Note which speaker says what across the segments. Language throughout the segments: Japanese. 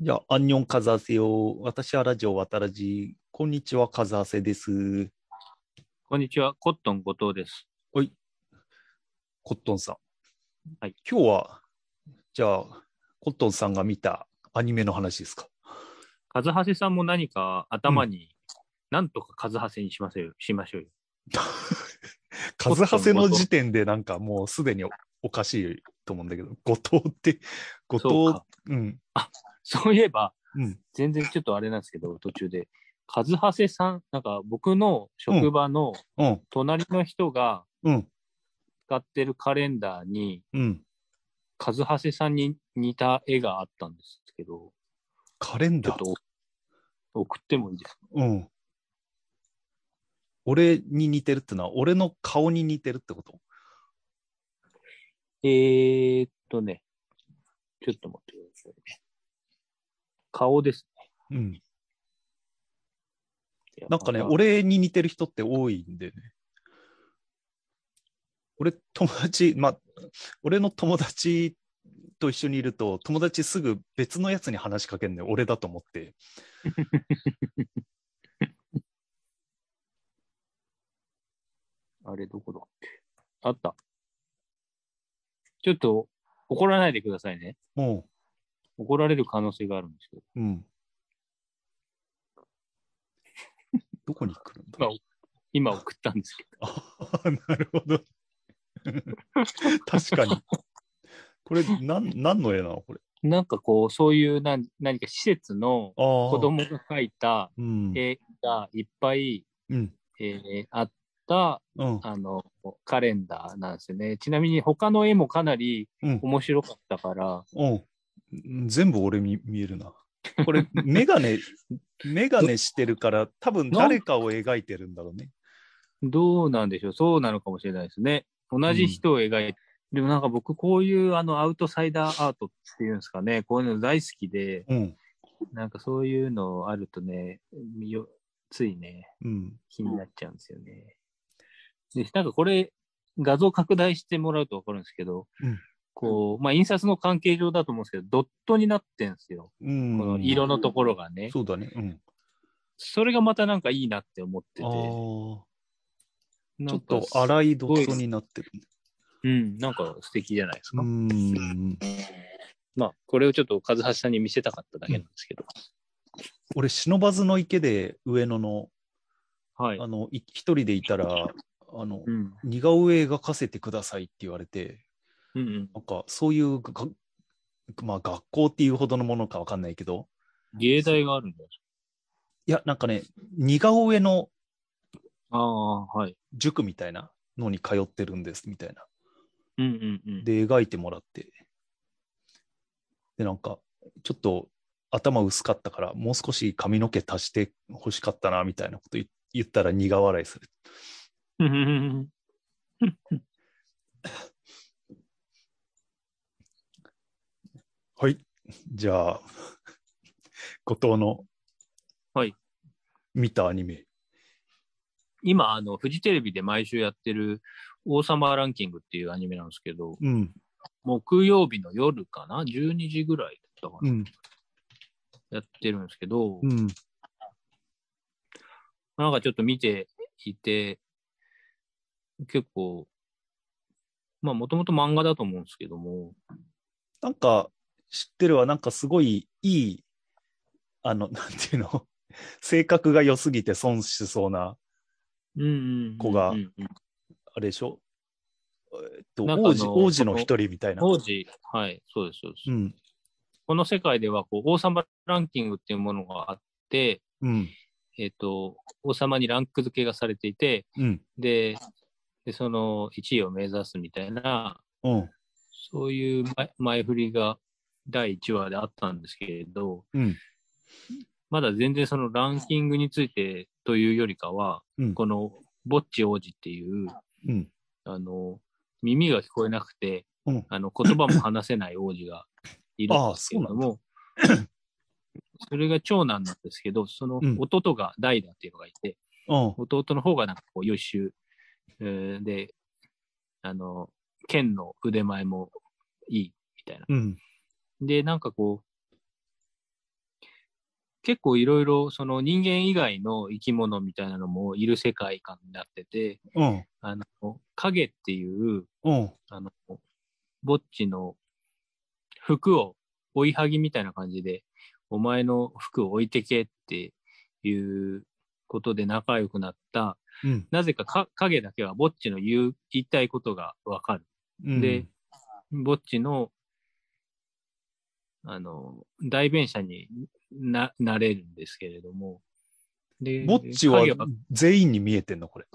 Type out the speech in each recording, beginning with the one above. Speaker 1: じゃあ、アンニョンカザーセよ。私はラジオ渡らじ。こんにちは、カザーセです。
Speaker 2: こんにちは、コットン後藤です。
Speaker 1: コットンさん。
Speaker 2: はい。
Speaker 1: 今日は、じゃあ、コットンさんが見たアニメの話ですか。
Speaker 2: カズハセさんも何か頭に、なんとかカズハセにしませよしましょうよ。
Speaker 1: カズハセの時点でなんかもうすでにおおかしいと思うんだけど、後藤って、
Speaker 2: そう
Speaker 1: 後
Speaker 2: か
Speaker 1: 藤、うん、
Speaker 2: そういえば、
Speaker 1: うん、
Speaker 2: 全然ちょっとあれなんですけど、途中で。カズハセさん、なんか僕の職場の
Speaker 1: うん、
Speaker 2: 隣の人が
Speaker 1: うん、
Speaker 2: 使ってるカレンダーに、
Speaker 1: うん。
Speaker 2: カズハセさんに似た絵があったんですけど、
Speaker 1: カレン
Speaker 2: ちょ
Speaker 1: ダー。
Speaker 2: っとお送ってもいいですか
Speaker 1: うん。俺に似てるってのは、俺の顔に似てるってこと
Speaker 2: えーっとね、ちょっと待ってくださいね。顔です
Speaker 1: うん。
Speaker 2: ね。
Speaker 1: なんかね、
Speaker 2: やっぱ
Speaker 1: 俺に似てる人って多いんでね。俺、友達、まあ、俺の友達と一緒にいると、友達すぐ別のやつに話しかけんね俺だと思って。
Speaker 2: あれ、どこだっけあった。ちょっと、怒らないでくださいね。
Speaker 1: も
Speaker 2: 怒られる可能性があるんですけど。
Speaker 1: う、 うん。どこに来るんだ
Speaker 2: まあ今送ったんですけど。
Speaker 1: ああ、なるほど。 確かに。これ、なん、何の絵なのこれ。
Speaker 2: なんかこう、そういうなん何か施設の
Speaker 1: ああ。
Speaker 2: 子供が描いた
Speaker 1: うん。
Speaker 2: 絵がいっぱい、
Speaker 1: うん。
Speaker 2: えーあった、
Speaker 1: うん。
Speaker 2: あの、カレンダーなんですよね。ちなみに他の絵もかなり
Speaker 1: うん
Speaker 2: 面白かったから、
Speaker 1: うん。全部俺に見えるな。これ、 メガネ、メガネしてるから、多分誰かを描いてるんだろうね。
Speaker 2: どうなんでしょうそうなのかもしれないですね。同じ人を描いて、でもなんか僕こういうあのアウトサイダーアートっていうんですかね、こういうの大好きで、
Speaker 1: うん。
Speaker 2: なんかそういうのあるとね、よついね、
Speaker 1: うん。
Speaker 2: 気になっちゃうんですよね。で、なんかこれ画像拡大してもらうとわかるんですけど、
Speaker 1: うん
Speaker 2: こう、まあ印刷の関係上だと思うんですけど、ドットになってんですよ。
Speaker 1: うん。
Speaker 2: この色のところがね。
Speaker 1: そうだね。うん。
Speaker 2: それがまたなんかいいなって思ってて。
Speaker 1: ああ。ち
Speaker 2: な
Speaker 1: ょ
Speaker 2: ん
Speaker 1: っと
Speaker 2: か
Speaker 1: 粗いドットになってる。
Speaker 2: うん、なんか素敵じゃないです
Speaker 1: う
Speaker 2: か。
Speaker 1: ん。
Speaker 2: まあ、これをちょっと和橋さんに見せたかっただけなんですけど。
Speaker 1: 俺、忍ばずの池で上野の、
Speaker 2: はい。
Speaker 1: あの、い一人でいたら、あの
Speaker 2: う、ん。
Speaker 1: 似顔絵描かせてくださいって言われて、
Speaker 2: うんうん。
Speaker 1: なんか、そういうが、がまあ、学校っていうほどのものかわかんないけど、
Speaker 2: 芸大があるんだ。
Speaker 1: いや、なんかね、似顔絵の
Speaker 2: ああ、はい。
Speaker 1: 塾みたいなのに通ってるんですみたいな。
Speaker 2: うんうんうん。
Speaker 1: で、描いてもらって。で、なんか、ちょっと頭薄かったから、もう少し髪の毛足して欲しかったな、みたいなこと言言ったら苦笑いする。
Speaker 2: うんうんうん
Speaker 1: はい。じゃあ、 後藤の、
Speaker 2: はい。
Speaker 1: 見たアニメ。
Speaker 2: 今、あの、フジテレビで毎週やってる、王様ランキングっていうアニメなんですけど、
Speaker 1: うん。
Speaker 2: 木曜日の夜かな ?12 時ぐらいだったかな、
Speaker 1: ん。
Speaker 2: やってるんですけど、
Speaker 1: うん。
Speaker 2: なんかちょっと見ていて、結構、まあ、もともと漫画だと思うんですけども、
Speaker 1: なんか、知ってるわ。なんかすごいいい、あの、なんていうの、 性格が良すぎて損しそうな、
Speaker 2: うんうんうん。
Speaker 1: 子が
Speaker 2: うんうん
Speaker 1: あれでしょえっと、
Speaker 2: なんかあの
Speaker 1: 王子、王子の一人みたいな。
Speaker 2: 当時、はい、そうです、そうです。
Speaker 1: うん。
Speaker 2: この世界ではこう、王様ランキングっていうものがあって、
Speaker 1: うん。
Speaker 2: えっ、と、王様にランク付けがされていて、
Speaker 1: うん。
Speaker 2: で、でその1位を目指すみたいな、
Speaker 1: うん。
Speaker 2: そういう前前振りが第1話であったんですけれど、
Speaker 1: うん。
Speaker 2: まだ全然そのランキングについてというよりかは、
Speaker 1: うん
Speaker 2: このぼっち王子っていう、
Speaker 1: うん。
Speaker 2: あの、耳が聞こえなくて、
Speaker 1: うん
Speaker 2: あの言葉も話せない王子がいるんですけれども、それが長男なんですけど、その
Speaker 1: うん
Speaker 2: 弟が代だっていうのがいて、
Speaker 1: うん。
Speaker 2: 弟の方がなんかこう優秀えーで、あの、剣の腕前もいいみたいな。
Speaker 1: うん。
Speaker 2: で、なんかこう、結構いろいろその人間以外の生き物みたいなのもいる世界観になってて、
Speaker 1: うん。
Speaker 2: あの、影っていう、
Speaker 1: うん。
Speaker 2: あの、ぼっちの服を追いはぎみたいな感じで、お前の服を置いてけっていうことで仲良くなった、
Speaker 1: うん。
Speaker 2: なぜかか影だけはぼっちの言う、言いたいことがわかる。
Speaker 1: うん
Speaker 2: で、ぼっちの、あの、代弁者にな、なれるんですけれども。で
Speaker 1: ぼっちは
Speaker 2: 影は、
Speaker 1: 全員に見えてんの、これ。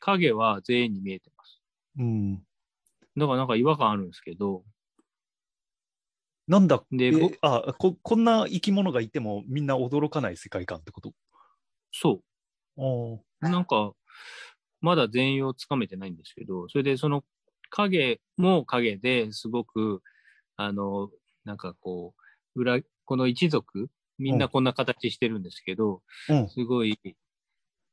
Speaker 2: 影は全員に見えてます。
Speaker 1: うん。
Speaker 2: だからなんか違和感あるんですけど、
Speaker 1: なんだ
Speaker 2: で
Speaker 1: え
Speaker 2: ぼ
Speaker 1: あこ、こんな生き物がいてもみんな驚かない世界観ってこと
Speaker 2: そ
Speaker 1: あ
Speaker 2: う。なんか、まだ全容つかめてないんですけど、それでその影も影ですごく、あの、なんかこう、裏、この一族、みんなこんな形してるんですけど、
Speaker 1: あ。うん。
Speaker 2: すごい、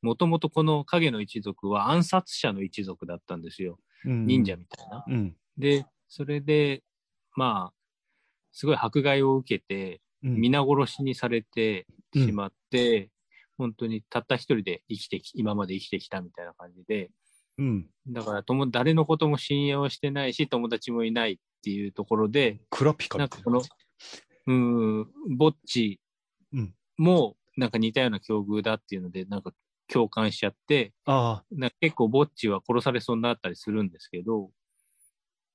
Speaker 2: もともとこの影の一族は暗殺者の一族だったんですよ。
Speaker 1: うん
Speaker 2: 忍者みたいな。
Speaker 1: うん。
Speaker 2: で、それで、まあ、すごい迫害を受けて、
Speaker 1: うん
Speaker 2: 皆殺しにされてしまって、本当にたった一人で生きてき、今まで生きてきたみたいな感じで、
Speaker 1: うん。
Speaker 2: だから友誰のことも信用してないし、友達もいないっていうところで、
Speaker 1: クラピカ
Speaker 2: なん
Speaker 1: みた
Speaker 2: か
Speaker 1: い
Speaker 2: この、うーん、ぼっち
Speaker 1: うん
Speaker 2: も、なんか似たような境遇だっていうので、なんか共感しちゃって、
Speaker 1: ああ。
Speaker 2: なんか結構ぼっちは殺されそうになったりするんですけど、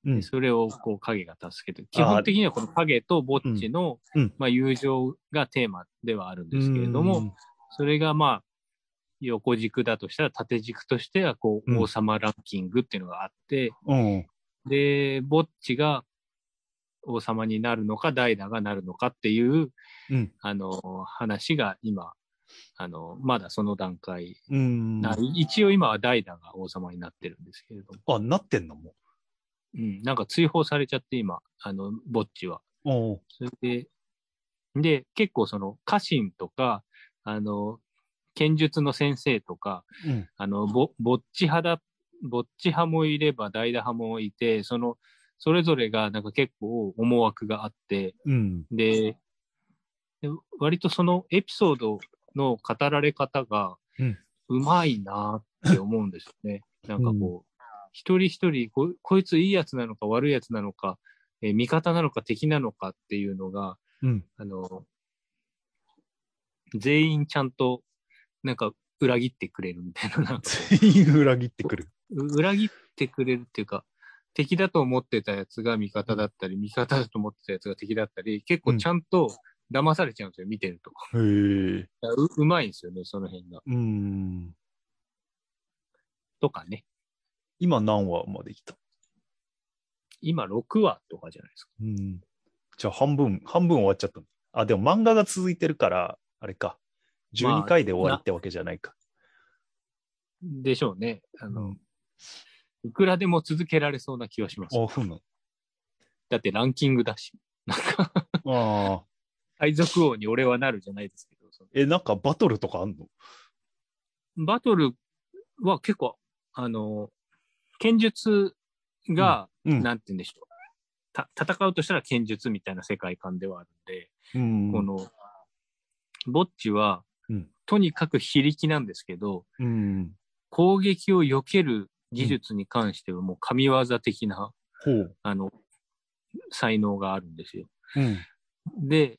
Speaker 1: うん。
Speaker 2: それをこう影が助けて、基本的にはこの影とぼっちの、
Speaker 1: うんうん
Speaker 2: まあ、友情がテーマではあるんですけれども、
Speaker 1: うん
Speaker 2: それがまあ、横軸だとしたら縦軸としてはこ
Speaker 1: うん
Speaker 2: う王様ランキングっていうのがあって、
Speaker 1: うん。
Speaker 2: で、ぼっちが王様になるのか、ダイダがなるのかっていう、
Speaker 1: うん
Speaker 2: あの、話が今、あの、まだその段階、
Speaker 1: うん。
Speaker 2: な一応今はダイダが王様になってるんですけれども、
Speaker 1: あ、なってんのも
Speaker 2: うん、なんか追放されちゃって今、あの、ぼっちは。
Speaker 1: う。おう
Speaker 2: それで、で、結構その家臣とか、あの、剣術の先生とか、
Speaker 1: うん。
Speaker 2: あの、ぼ、ぼっち派だ、ぼっち派もいれば、代打派もいて、その、それぞれがなんか結構思惑があって、
Speaker 1: うん。
Speaker 2: で、で割とそのエピソードの語られ方が
Speaker 1: うん、
Speaker 2: うまいなって思うんですよね。なんかこう、一人一人こ、こいついいやつなのか悪いやつなのか、えー味方なのか敵なのかっていうのが、
Speaker 1: うん。
Speaker 2: あの、全員ちゃんと、なんか、裏切ってくれるみたいな、なんか
Speaker 1: 全員裏切ってくる。
Speaker 2: う裏切ってくれるっていうか、敵だと思ってたやつが味方だったり、味方だと思ってたやつが敵だったり、結構ちゃんと騙されちゃうんですよ、見てると。
Speaker 1: へえ。
Speaker 2: ううまいんですよね、その辺が。
Speaker 1: うん。
Speaker 2: とかね。
Speaker 1: 今何話まで来た
Speaker 2: 今、6話とかじゃないですか。
Speaker 1: うん。じゃあ半分、半分終わっちゃった。あ、でも漫画が続いてるから、あれか。
Speaker 2: まあ
Speaker 1: 12回で終わりってわけじゃないか。
Speaker 2: でしょうね。あ
Speaker 1: う
Speaker 2: の、
Speaker 1: ん
Speaker 2: いくらでも続けられそうな気はします。
Speaker 1: あ、そうなの。
Speaker 2: だってランキングだし、なんか、
Speaker 1: ああ。
Speaker 2: 海賊王に俺はなるじゃないですけど、その
Speaker 1: え、なんかバトルとかあんの
Speaker 2: バトルは結構、あの、剣術が、
Speaker 1: うん。
Speaker 2: なんて言うんでしょう。た戦うとしたら剣術みたいな世界観ではあるんで、
Speaker 1: うん
Speaker 2: この、ぼっちは、
Speaker 1: うん
Speaker 2: とにかく非力なんですけど、
Speaker 1: うん。
Speaker 2: 攻撃を避ける技術に関してはもう神業的な、
Speaker 1: ほう。
Speaker 2: あの、才能があるんですよ。
Speaker 1: うん。
Speaker 2: で、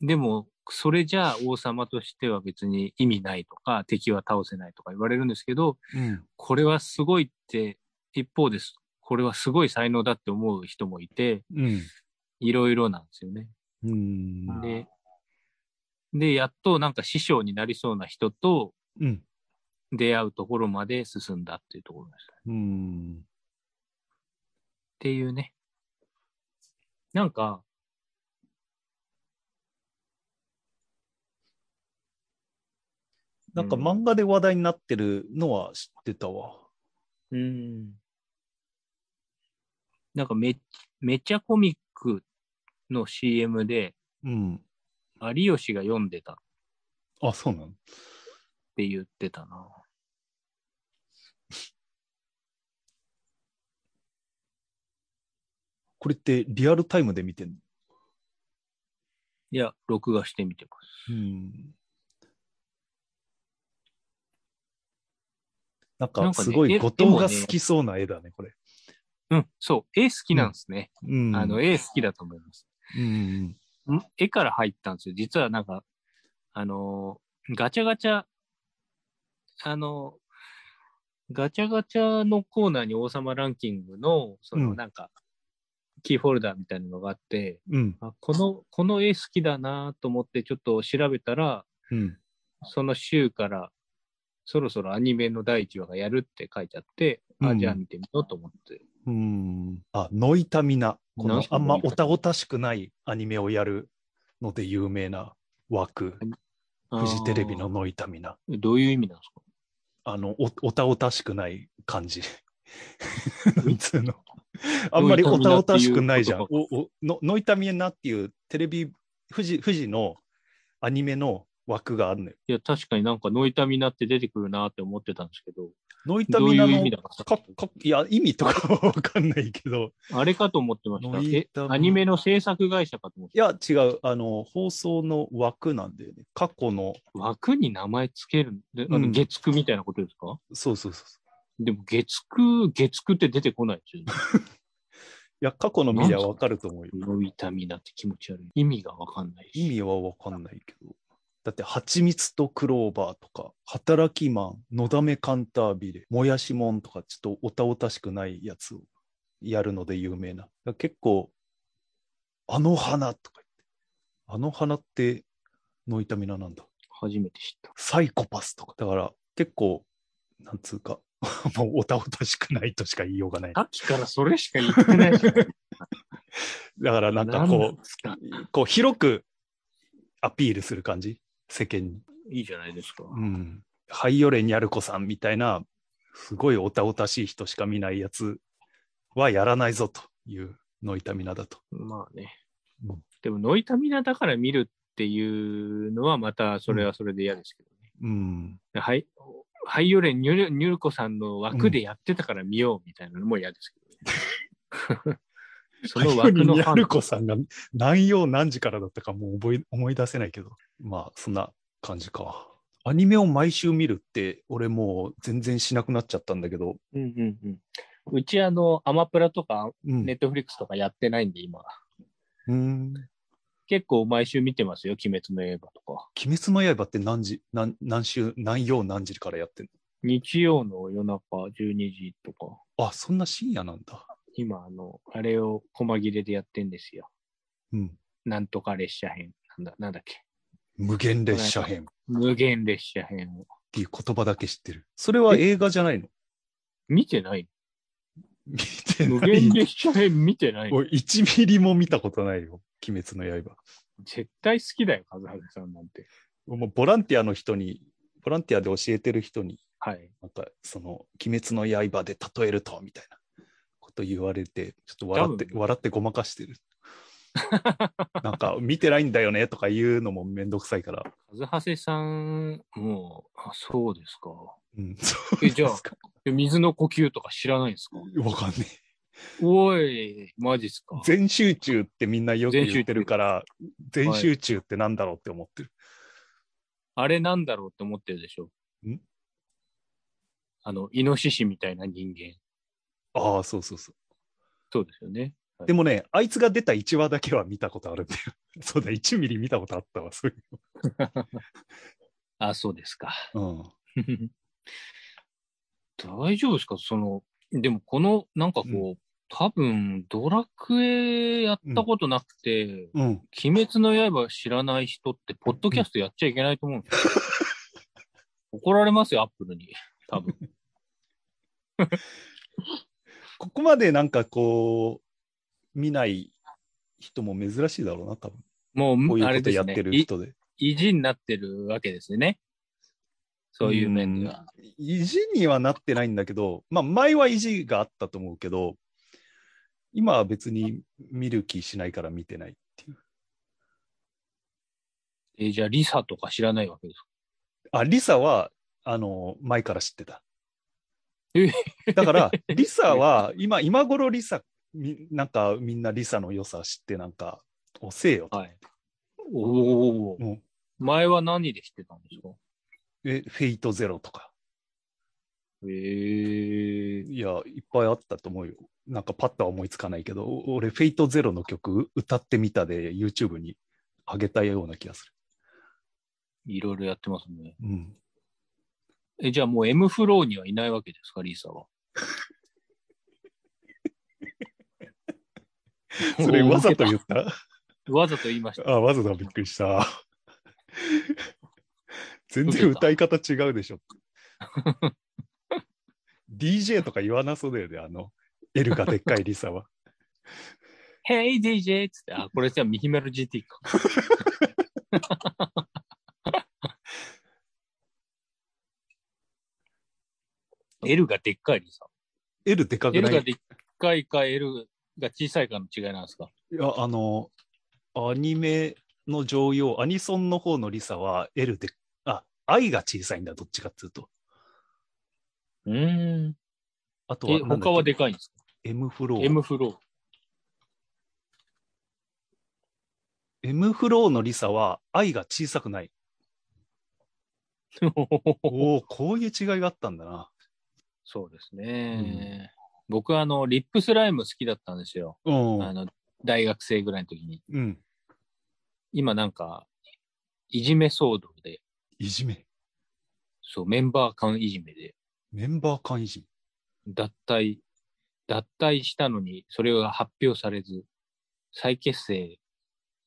Speaker 2: でも、それじゃあ王様としては別に意味ないとか、敵は倒せないとか言われるんですけど、
Speaker 1: うん。
Speaker 2: これはすごいって、一方です。これはすごい才能だって思う人もいて、
Speaker 1: うん。
Speaker 2: いろいろなんですよね。
Speaker 1: うん。
Speaker 2: で、で、やっとなんか師匠になりそうな人と
Speaker 1: うん。
Speaker 2: 出会うところまで進んだっていうところです。っ
Speaker 1: うん。
Speaker 2: ていうね。なんか、
Speaker 1: なんか
Speaker 2: うん
Speaker 1: 漫画で話題になってるのは知ってたわ。
Speaker 2: うん。なんかめ、めちゃコミックの CM で、
Speaker 1: うん。
Speaker 2: 有吉が読んでたっ
Speaker 1: あ、そうなの
Speaker 2: て言ってたな。
Speaker 1: これってリアルタイムで見てんの
Speaker 2: いや、録画してみてます。
Speaker 1: うん。なん
Speaker 2: な
Speaker 1: か、
Speaker 2: んかね
Speaker 1: すごい、
Speaker 2: 絵
Speaker 1: 後藤が
Speaker 2: 絵もね
Speaker 1: 好きそうな絵だね、これ。
Speaker 2: うん、そう。絵好きなんですね。
Speaker 1: うん。
Speaker 2: あの、
Speaker 1: うん
Speaker 2: 絵好きだと思います。
Speaker 1: うん
Speaker 2: ん絵から入ったんですよ。実はなんか、あのーガチャガチャ、あのーガチャガチャのコーナーに王様ランキングの、そうの
Speaker 1: ん
Speaker 2: なんか、キーホルダーみたいなのがあって、
Speaker 1: うん。うん。
Speaker 2: あこの、この絵好きだなと思ってちょっと調べたら、
Speaker 1: うん。
Speaker 2: その週から、そろそろアニメの第1話がやるって書いてあって、
Speaker 1: う
Speaker 2: あ、
Speaker 1: ん
Speaker 2: じゃあ見てみようと思って。
Speaker 1: うん。あ、ノイタミナ。こ
Speaker 2: なん
Speaker 1: の
Speaker 2: すか
Speaker 1: あんま
Speaker 2: ノイタミ
Speaker 1: お
Speaker 2: ナ
Speaker 1: たおたしくないアニメをやるので有名な枠。フジテレビの
Speaker 2: あ
Speaker 1: ノイタミナ。
Speaker 2: ー。どういう意味なんですか
Speaker 1: あの、おおたおたしくない感 じ。普通の。あんまりおたおたしくない じゃん。
Speaker 2: ノ
Speaker 1: おおのノイタミナっていうテレビ、富士富士のアニメの枠があるのよ。
Speaker 2: いや、確かになんかノイタミナって出てくるなって思ってたんですけど、
Speaker 1: ノイタ
Speaker 2: どう
Speaker 1: ミ
Speaker 2: い
Speaker 1: ナ
Speaker 2: う意
Speaker 1: の
Speaker 2: 味だ
Speaker 1: か
Speaker 2: か
Speaker 1: かいや、意味と かはわかんないけど。
Speaker 2: あれかと思ってま
Speaker 1: ノイ
Speaker 2: した。
Speaker 1: タミ
Speaker 2: え
Speaker 1: ナ
Speaker 2: アニメの制作会社かと思っ
Speaker 1: い
Speaker 2: て
Speaker 1: や、違う。あの、放送の枠なんだよね。過去の、
Speaker 2: た。枠に名前つけるんで、あ
Speaker 1: う
Speaker 2: の
Speaker 1: ん
Speaker 2: 月9みたいなことですか、
Speaker 1: そうそうそう。
Speaker 2: でも月9、月9って出てこないですよね。
Speaker 1: いや、過去の見りゃわかると思うよ。
Speaker 2: ノイタミナって気持ち悪い。意味がわかんないし。
Speaker 1: 意味はわかんないけど。だって、蜂蜜とクローバーとか、働きマン、のだめカンタービレ、もやしもんとか、ちょっとおたおたしくないやつをやるので有名な。だから結構、あの花とか言って、あの花ってノイタミナなんだ。
Speaker 2: 初めて知った。
Speaker 1: サイコパスとか。だから結構、なんつうか、 もうおたおたしくないとしか言いようがない。
Speaker 2: さっきからそれしか言ってないじゃん。
Speaker 1: だからなんか
Speaker 2: な
Speaker 1: こ
Speaker 2: んですか
Speaker 1: う、こう広くアピールする感じ世間に。
Speaker 2: いいじゃないですか。
Speaker 1: うん。ハイヨレニャルコさんみたいな、すごいおたおたしい人しか見ないやつはやらないぞというノイタミナだと。
Speaker 2: まあね
Speaker 1: うん。
Speaker 2: でもノイタミナだから見るっていうのはまたそれはそれで嫌ですけどね。
Speaker 1: うん。
Speaker 2: はい、俳優連ニュルニュルコさんの枠でやってたから見ようみたいなのも嫌ですけどね。 その
Speaker 1: ハイ
Speaker 2: 枠
Speaker 1: ヨレ
Speaker 2: の
Speaker 1: ニ
Speaker 2: フ
Speaker 1: ャ
Speaker 2: ァン
Speaker 1: ルコさんが何曜何時からだったかもう覚え思い出せないけど。まあ、そんな感じか。アニメを毎週見るって、俺もう全然しなくなっちゃったんだけど。
Speaker 2: うんうんうん。うちあの、アマプラとか、
Speaker 1: うん。
Speaker 2: ネットフリックスとかやってないんで、今。
Speaker 1: うん。
Speaker 2: 結構毎週見てますよ、鬼滅の刃とか。
Speaker 1: 鬼滅の刃って何時、何何週、何曜何時からやってん
Speaker 2: 日曜の夜中12時とか。
Speaker 1: のあ、そんな深夜なんだ。
Speaker 2: 今、あの、あれを細切れでやってんですよ。
Speaker 1: うん。
Speaker 2: なんとか列車編。なんだ、なんだっけ。
Speaker 1: 無限列車編。
Speaker 2: 無限列車編を。
Speaker 1: っていう言葉だけ知ってる。それは映画じゃないの
Speaker 2: 見てない
Speaker 1: 見て
Speaker 2: 無
Speaker 1: ない。
Speaker 2: 限列車編見てない
Speaker 1: もう1ミリも見たことないよ。鬼滅の刃。
Speaker 2: 絶対好きだよ、カズハさんなんて。
Speaker 1: もうボランティアの人に、ボランティアで教えてる人に、
Speaker 2: はい。
Speaker 1: なんかその、鬼滅の刃で例えると、みたいなこと言われて、ちょっと笑って
Speaker 2: 多、分
Speaker 1: 笑ってごまか してる。なんか、見てないんだよねとか言うのもめんどくさいから。
Speaker 2: カズハセさん、もう、あそうですか。
Speaker 1: うん、そう
Speaker 2: えじゃあ
Speaker 1: ですか
Speaker 2: で水の呼吸とか知らないんですか
Speaker 1: わかんねえ。
Speaker 2: おい、マジっすか。
Speaker 1: 全集中ってみんなよく言ってるから、全
Speaker 2: 集中
Speaker 1: 集中ってなんだろうって思ってる。
Speaker 2: あれなんだろうって思ってるでしょ。
Speaker 1: ん
Speaker 2: あの、イノシシみたいな人間。
Speaker 1: ああ、そうそうそう。
Speaker 2: そうですよね。
Speaker 1: でもね、あいつが出た1話だけは見たことあるんだよ。そう だ、1ミリ見たことあったわ、そうい
Speaker 2: あ、そうですか。
Speaker 1: う。うん。
Speaker 2: 大丈夫ですかその、でもこの、なんかこう、
Speaker 1: う
Speaker 2: 多分、ドラクエやったことなくて、
Speaker 1: うん。
Speaker 2: 鬼滅の刃知らない人って、ポッドキャストやっちゃいけないと思うん ですよ。怒られますよ、アップルに。多分。
Speaker 1: ここまでなんかこう、見ない人も珍しいだろうな、多分。
Speaker 2: もう、
Speaker 1: こうい
Speaker 2: あ
Speaker 1: う
Speaker 2: れ
Speaker 1: こと
Speaker 2: で
Speaker 1: やっ
Speaker 2: すね
Speaker 1: てる
Speaker 2: い
Speaker 1: 人で。
Speaker 2: 意地になってるわけですね。そういう面では。
Speaker 1: うん意地にはなってないんだけど、まあ、前は意地があったと思うけど、今は別に見る気しないから見てないっていう。
Speaker 2: えーじゃあ、リサとか知らないわけですか
Speaker 1: あ、リサは、あの、前から知ってた
Speaker 2: え。
Speaker 1: だ から、リサは、今、今頃リサ、みなんかみんなリサの良さ知って、なんか、押せよと、
Speaker 2: はい。おおー、
Speaker 1: うん
Speaker 2: 前は何で知ってたんですか
Speaker 1: え、フェイトゼロとか。
Speaker 2: へえ
Speaker 1: いや、いっぱいあったと思うよ。なんかパッとは思いつかないけど、お俺、フェイトゼロの曲歌ってみたで YouTube に上げたような気がす
Speaker 2: いろいろやってます
Speaker 1: る。
Speaker 2: ね。
Speaker 1: うん。
Speaker 2: え、じゃあもう M フローにはいないわけですか、リーサは。
Speaker 1: それわざと言った
Speaker 2: わざと言いました。
Speaker 1: あ、わざとびっくり した。全然歌い方違うでし ょ。DJ とか言わなそうだよね、あの、L がでっかいリサは。
Speaker 2: Hey DJ! つって、あ、これじゃあミヒメル GT か。L がでっかいリーサ。
Speaker 1: L でかく
Speaker 2: L
Speaker 1: ない
Speaker 2: がでっかいか L が小さいかの違いなんですか
Speaker 1: いや、あの、アニメの常用、アニソンの方のリサは L で、あ、愛が小さいんだ、どっちかっていうと。
Speaker 2: うーん。
Speaker 1: あとは
Speaker 2: え、
Speaker 1: なんだっけ、
Speaker 2: 他はでかいんですか
Speaker 1: M フロー。
Speaker 2: ?M フロー。
Speaker 1: M フローのリサは愛が小さくない。おお、こういう違いがあったんだな。
Speaker 2: そうですね。僕はあの、リップスライム好きだったんですよ。
Speaker 1: うん。
Speaker 2: あの、大学生ぐらいの時に。
Speaker 1: うん。
Speaker 2: 今なんか、いじめ騒動で、
Speaker 1: いじめ。
Speaker 2: そう、メンバー間いじめで、
Speaker 1: メンバー間いじめ。
Speaker 2: 脱退、脱退したのに、それが発表されず、再結成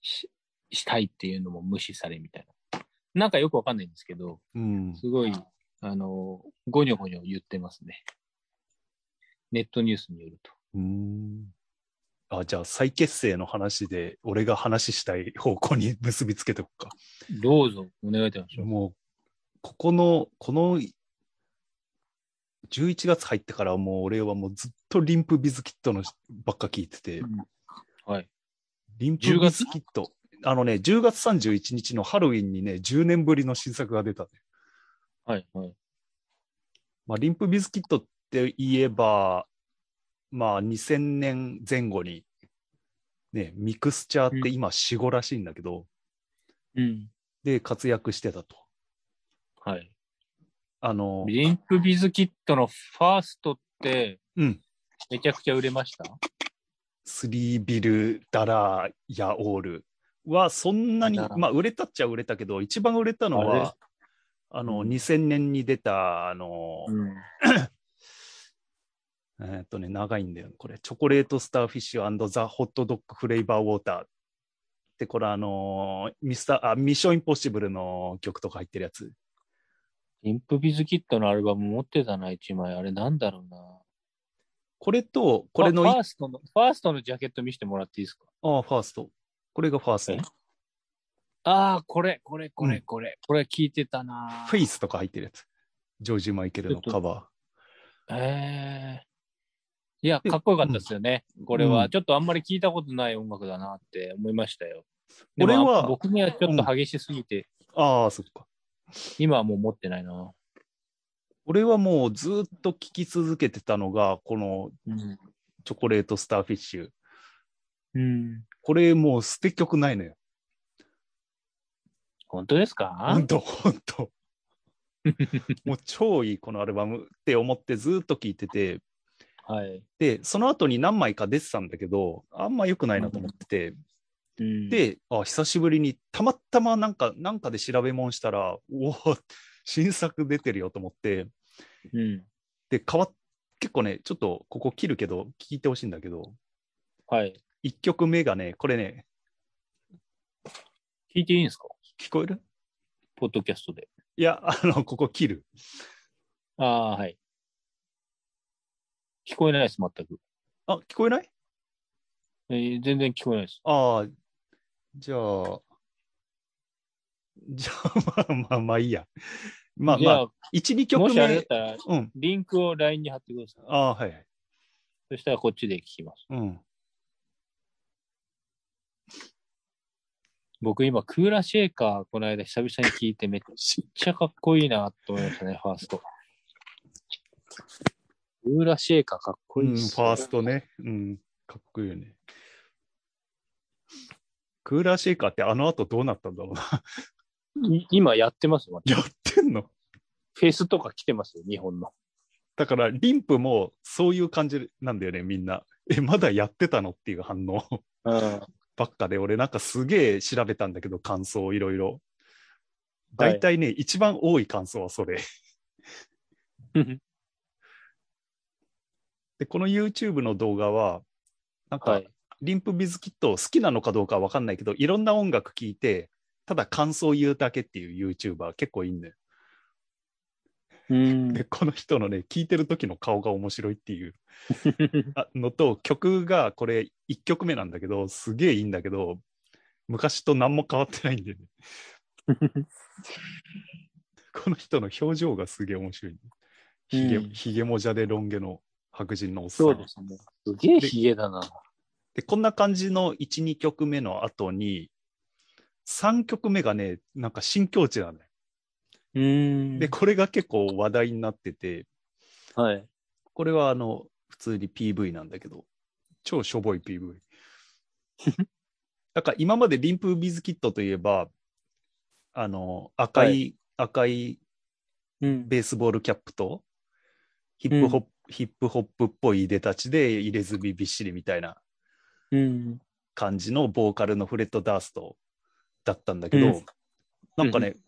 Speaker 2: ししたいっていうのも無視されみたいな。なんかよくわかんないんですけど、
Speaker 1: うん。
Speaker 2: すごい、あの、ごにょごにょ言ってますね。ネットニュースによると。
Speaker 1: うーん。あ、じゃあ再結成の話で、俺が話したい方向に結びつけておくか。
Speaker 2: どうぞ、お願いいたします。
Speaker 1: もう、ここの、この、11月入ってからもう俺はもうずっとリンプビズキットのばっか聞いてて、
Speaker 2: はい。
Speaker 1: リンプビズキット、あのね、10月31日のハロウィンにね、10年ぶりの新作が出たね。
Speaker 2: はい。はい。
Speaker 1: まあ、リンプビズキットって言えば、まあ、2000年前後に、ね、ミクスチャーって今死後らしいんだけど、
Speaker 2: うん。
Speaker 1: で活躍してたと。
Speaker 2: はい。
Speaker 1: あの、
Speaker 2: リンプビズキットのファーストって、
Speaker 1: うん。
Speaker 2: めちゃくちゃ売れました
Speaker 1: スリービル、ダラー、ヤオールはそんなに、
Speaker 2: ダラー
Speaker 1: まあ、売れたっちゃ売れたけど、一番売れたの
Speaker 2: あれ
Speaker 1: は、あの、
Speaker 2: うん
Speaker 1: 2000年に出た、あの、
Speaker 2: ん。
Speaker 1: えーっとね、長いんだよ。これ、チョコレートスターフィッシュザ・ホットドッグ・フレーバー・ウォーター。で、これ、あのーミスター、あ、ミッション・インポッシブルの曲とか入ってるやつ。
Speaker 2: リンプビズキットのアルバム持ってたな、一枚。あれなんだろうな。
Speaker 1: これと、これのい、
Speaker 2: ファ
Speaker 1: あ
Speaker 2: ファーストの、ファーストのジャケット見せてもらっていいですか
Speaker 1: あ、ファースト。これがファースト
Speaker 2: え。ああ、これ、これ、こ
Speaker 1: う
Speaker 2: れ、
Speaker 1: ん
Speaker 2: これ、これ聞いてたな。
Speaker 1: フェイスとか入ってるやつ。ジョージ・マイケルのカバ
Speaker 2: ええいや、かっこよかったですよね。これ
Speaker 1: う
Speaker 2: は、
Speaker 1: ん
Speaker 2: ちょっとあんまり聞いたことない音楽だなって思いましたよ。
Speaker 1: これは
Speaker 2: でもあ僕にはちょっと激しすぎて、
Speaker 1: ー。ああ、そっか。
Speaker 2: 今はもう持ってないな。
Speaker 1: 俺はもうずーっと聴き続けてたのが、この
Speaker 2: うん。
Speaker 1: チョコレート・スターフィッシュ。
Speaker 2: うん。
Speaker 1: これもう捨て曲ないのよ。
Speaker 2: 本当ですか
Speaker 1: 本当本当 もう超いいこのアルバムって思ってずーっと聴いてて
Speaker 2: はい。
Speaker 1: でその後に何枚か出てたんだけどあんま良くないなと思ってて、
Speaker 2: うん、
Speaker 1: であ久しぶりにたまたまなんかなんかで調べ物したらおお新作出てるよと思って
Speaker 2: うん。
Speaker 1: で変わっ結構ねちょっとここ切るけど聞いてほしいんだけど
Speaker 2: はい。
Speaker 1: 1曲目がねこれね
Speaker 2: 聞いていいんですか
Speaker 1: 聞こえる
Speaker 2: ポッドキャストで。
Speaker 1: いやあのここ切る
Speaker 2: ああ、はい。聞こえないです、全く。
Speaker 1: あ聞こえない
Speaker 2: えー全然聞こえないです。
Speaker 1: ああ、じゃあ、じゃあ、まあまあまあいいや。まあ
Speaker 2: じ
Speaker 1: ま
Speaker 2: ゃ
Speaker 1: あ
Speaker 2: あ、、
Speaker 1: 1、2曲
Speaker 2: もしあれだっ
Speaker 1: 目。
Speaker 2: たら、
Speaker 1: うん。
Speaker 2: リンクを LINE に貼ってください。
Speaker 1: ああ、はいはい。
Speaker 2: そしたらこっちで聞きます。
Speaker 1: うん。
Speaker 2: 僕今、クーラーシェーカー、この間久々に聞いて、めっちゃかっこいいなと思いましたね、ファースト。クーラーシェーカーかっこ
Speaker 1: う
Speaker 2: いい
Speaker 1: ん、
Speaker 2: っ
Speaker 1: フ
Speaker 2: す
Speaker 1: ァーストね。うん。かっこいいよね。クーラーシェイカーってあの後どうなったんだろうな。
Speaker 2: い今やってますよ。
Speaker 1: やってんの
Speaker 2: フェスとか来てますよ、日本の。
Speaker 1: だから、リンプもそういう感じなんだよね、みんな。え、まだやってたのっていう反応
Speaker 2: うん。
Speaker 1: ばっかで、俺なんかすげえ調べたんだけど、感想いろいろ。
Speaker 2: はい
Speaker 1: 大体ね、一番多い感想はそれ。 で、この YouTube の動画は、なんか、
Speaker 2: はい。
Speaker 1: リンプビズキット好きなのかどうかわかんないけど、いろんな音楽聴いて、ただ感想を言うだけっていう YouTuber 結構いんね
Speaker 2: うん
Speaker 1: で、この人のね、聴いてる時の顔が面白いっていうあのと、曲がこれ1曲目なんだけど、すげえいいんだけど、昔と何も変わってないん だよね。この人の表情がすげえ面白い。ひげ、
Speaker 2: うん
Speaker 1: ひげもじゃでロン毛の白人のおっさん。
Speaker 2: そうですね。すげえヒゲだな。
Speaker 1: で、こんな感じの1、2曲目の後に、3曲目がね、なんか新境地なのよ。
Speaker 2: うん
Speaker 1: で、これが結構話題になってて、
Speaker 2: はい。
Speaker 1: これはあの、普通に PV なんだけど、超しょぼい PV。だから今までリンプビズキットといえば、あの、赤い、
Speaker 2: は
Speaker 1: 赤い
Speaker 2: うん
Speaker 1: ベースボールキャップと、ヒップホップ、ヒップホップっぽい出たちで入れ墨びっしりみたいな
Speaker 2: うん。
Speaker 1: 感じのボーカルのフレッド・ダーストだったんだけど、
Speaker 2: うん
Speaker 1: なんかね、
Speaker 2: う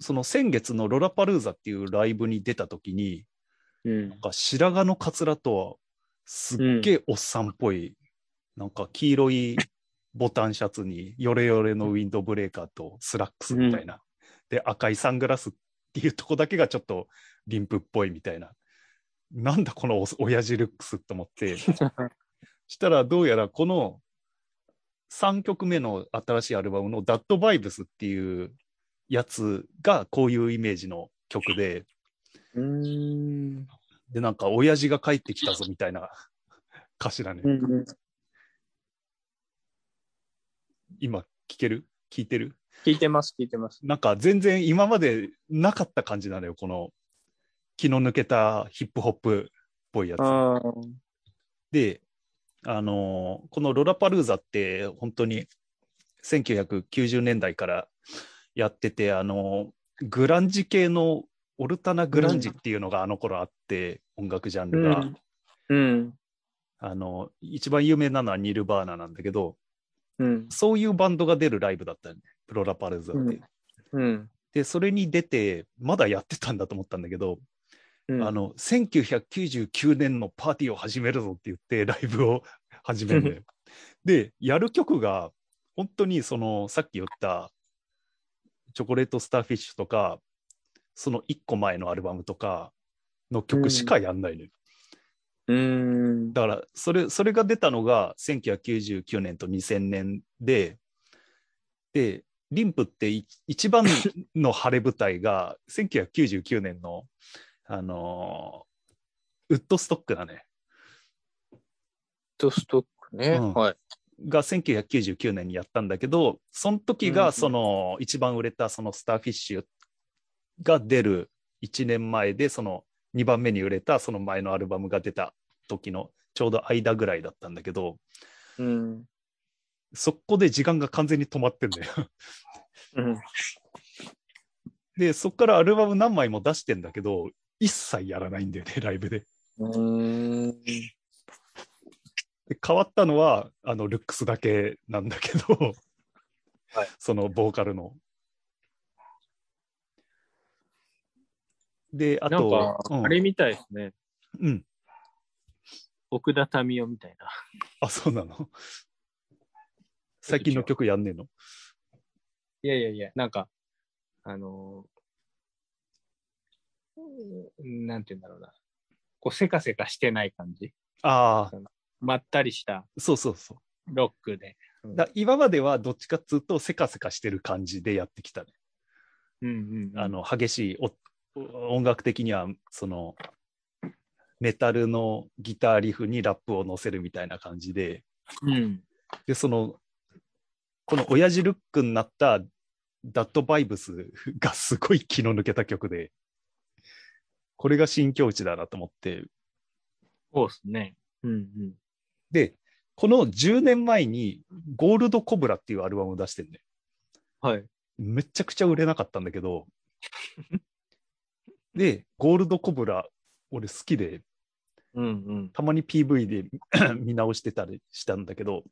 Speaker 1: その先月のロラパルーザっていうライブに出た時に、
Speaker 2: うん
Speaker 1: なんか白髪のカツラとはすっげえおっさんっぽい、なんか黄色いボタンシャツにヨレヨレのウィンドブレーカーとスラックスみたいな、で赤いサングラスっていうとこだけがちょっとリンプっぽいみたいななんだこのお親父ルックスと思ってしたらどうやらこの3曲目の新しいアルバムの「ダッドバイブスっていうやつがこういうイメージの曲で
Speaker 2: うん。
Speaker 1: でなんか親父が帰ってきたぞみたいな 歌詞だね、
Speaker 2: うん
Speaker 1: 今聞ける聞いてる
Speaker 2: 聞いてます、聞いてます。
Speaker 1: なんか全然今までなかった感じなのよこの気の抜けたヒップホップっぽいやつ
Speaker 2: あ
Speaker 1: で、あのーこのロラパルーザって本当に1990年代からやってて、あのーグランジ系のオルタナグランジっていうのがあの頃あって、音楽ジャンルが、
Speaker 2: うんうん。
Speaker 1: あのー一番有名なのはニルバーナなんだけど
Speaker 2: うん。
Speaker 1: そういうバンドが出るライブだったよねロラパルーザって、
Speaker 2: うんうん。
Speaker 1: でそれに出てまだやってたんだと思ったんだけど、
Speaker 2: うん
Speaker 1: あ、の1999年のパーティーを始めるぞって言ってライブを始める のよ。でやる曲が本当にそのさっき言った「チョコレート・スターフィッシュ」とかその1個前のアルバムとかの曲しかやんないのよ。
Speaker 2: うん。
Speaker 1: だからそれそれが出たのが1999年と2000年ででリンプってい一番の晴れ舞台 が1999年のあのーウッドストックだね
Speaker 2: とストックね。
Speaker 1: うん
Speaker 2: はい。
Speaker 1: が1999年にやったんだけどその時
Speaker 2: うんう
Speaker 1: が
Speaker 2: ん
Speaker 1: その一番売れたそのスターフィッシュが出る1年前でその2番目に売れたその前のアルバムが出た時のちょうど間ぐらいだったんだけど、
Speaker 2: うん。
Speaker 1: そこで時間が完全に止まってんだよ。
Speaker 2: うん。
Speaker 1: で、そこからアルバム何枚も出してんだけど、一切やらないんだよね、 ライブで。
Speaker 2: うん。
Speaker 1: で変わったのは、あの、ルックスだけなんだけど、
Speaker 2: はい
Speaker 1: そのボーカルの。で、あ
Speaker 2: なん
Speaker 1: と、
Speaker 2: か、
Speaker 1: うん
Speaker 2: あれみたいですね。
Speaker 1: うん。
Speaker 2: 奥田民生みたいな。
Speaker 1: あ、そうな の。最近の曲やんねえの
Speaker 2: いやいやいや、なんか、あのーうんなんて言うんだろうな。こう、せかせかしてない感じ。
Speaker 1: ああ、
Speaker 2: まったりした
Speaker 1: そうそうそう。
Speaker 2: ロックで。
Speaker 1: だ今まではどっちかっつうと、せかせかしてる感じでやってきたね。
Speaker 2: うんうんうん。
Speaker 1: あの激しいおお音楽的にはそのメタルのギターリフにラップを乗せるみたいな感じで
Speaker 2: うん。
Speaker 1: でそのこの親父ルックになったダッドバイブスがすごい気の抜けた曲でこれが新境地だなと思って
Speaker 2: そうですね。うんうん。
Speaker 1: でこの10年前に、ゴールドコブラっていうアルバムを出してんね。
Speaker 2: はい。
Speaker 1: めちゃくちゃ売れなかったんだけど、で、ゴールドコブラ、俺好きで、
Speaker 2: うんうん。
Speaker 1: たまに PV で 見直してたりしたんだけど、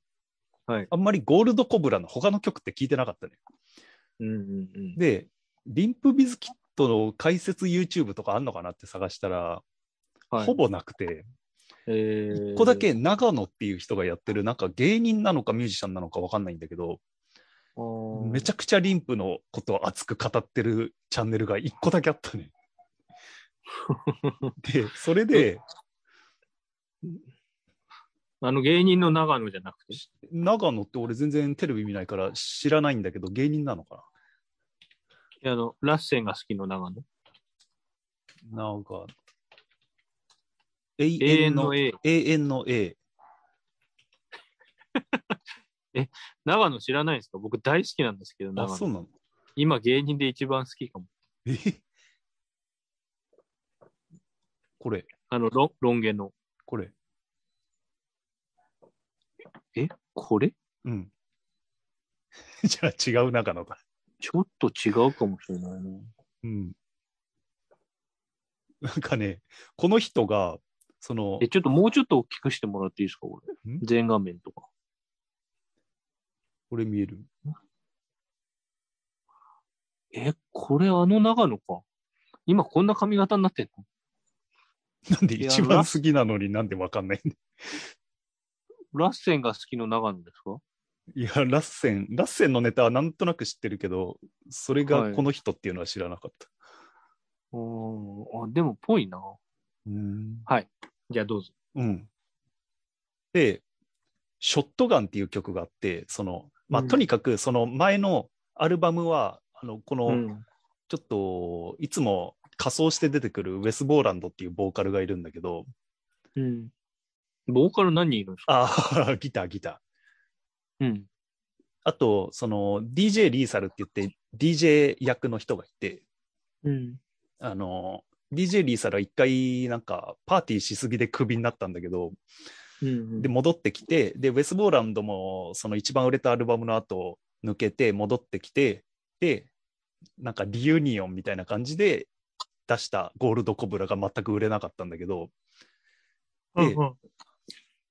Speaker 2: はい。
Speaker 1: あんまりゴールドコブラの他の曲って聞いてなかったね。
Speaker 2: うんうんうん。
Speaker 1: で、リンプビズキットの解説 YouTube とかあんのかなって探したら、
Speaker 2: はい、
Speaker 1: ほぼなくて、
Speaker 2: えー
Speaker 1: 一個だけ長野っていう人がやってる、なんか芸人なのかミュージシャンなのかわかんないんだけど、
Speaker 2: あー
Speaker 1: めちゃくちゃリンプのことを熱く語ってるチャンネルが一個だけあった ね。で、それで、
Speaker 2: あの芸人の長野じゃなくて。
Speaker 1: 長野って俺全然テレビ見ないから知らないんだけど、芸人なのか
Speaker 2: あの、ラッセンが好きの長野。
Speaker 1: な長野。永
Speaker 2: 永
Speaker 1: 遠
Speaker 2: 遠
Speaker 1: の
Speaker 2: の A。
Speaker 1: 永遠の A。
Speaker 2: 長野知らないんですか僕大好きなんですけど、
Speaker 1: あ、
Speaker 2: 長
Speaker 1: そ
Speaker 2: 野。
Speaker 1: うなの
Speaker 2: 今芸人で一番好きかも。
Speaker 1: え これ、
Speaker 2: あの、ロロン毛の。
Speaker 1: これ。
Speaker 2: えこれ
Speaker 1: うん。 じゃあ違う長野だ。
Speaker 2: ちょっと違うかもしれないな。
Speaker 1: うん。なんかね、この人が、その
Speaker 2: え、、ちょっともうちょっと大きくしてもらっていいですかこれ
Speaker 1: ん。
Speaker 2: 全画面とか。
Speaker 1: これ見える
Speaker 2: え、これあの長野か。今こんな髪型になってんの
Speaker 1: なんで
Speaker 2: いや
Speaker 1: 一
Speaker 2: ラ
Speaker 1: 番好きなのになんでわかんないんだ
Speaker 2: ラッセンが好きの長野ですか
Speaker 1: いや、ラッセン、ラッセンのネタはなんとなく知ってるけど、それ
Speaker 2: は
Speaker 1: が
Speaker 2: い
Speaker 1: この人っていうのは知らなかった。
Speaker 2: うーん。あ、でもぽいな。
Speaker 1: うん。
Speaker 2: じゃあどうぞ。
Speaker 1: うん。で、ショットガンっていう曲があって、その、まあ、
Speaker 2: うん
Speaker 1: とにかくその前のアルバムは、あの、こ
Speaker 2: う
Speaker 1: の、
Speaker 2: ん。
Speaker 1: ちょっと、いつも仮装して出てくるウェス・ボーランドっていうボーカルがいるんだけど、
Speaker 2: うん。ボーカル何人いるんですか
Speaker 1: ああ、ギター、 ギター。
Speaker 2: うん。
Speaker 1: あと、その、DJ リーサルって言って、DJ 役の人がいて、
Speaker 2: うん。
Speaker 1: あの、DJ リーサルは一回、なんか、パーティーしすぎでクビになったんだけど、
Speaker 2: うん。
Speaker 1: で、戻ってきて、で、ウェス・ボーランドも、その一番売れたアルバムの後、抜けて、戻ってきて、で、なんかリユニオンみたいな感じで出したゴールド・コブラが全く売れなかったんだけど、
Speaker 2: うん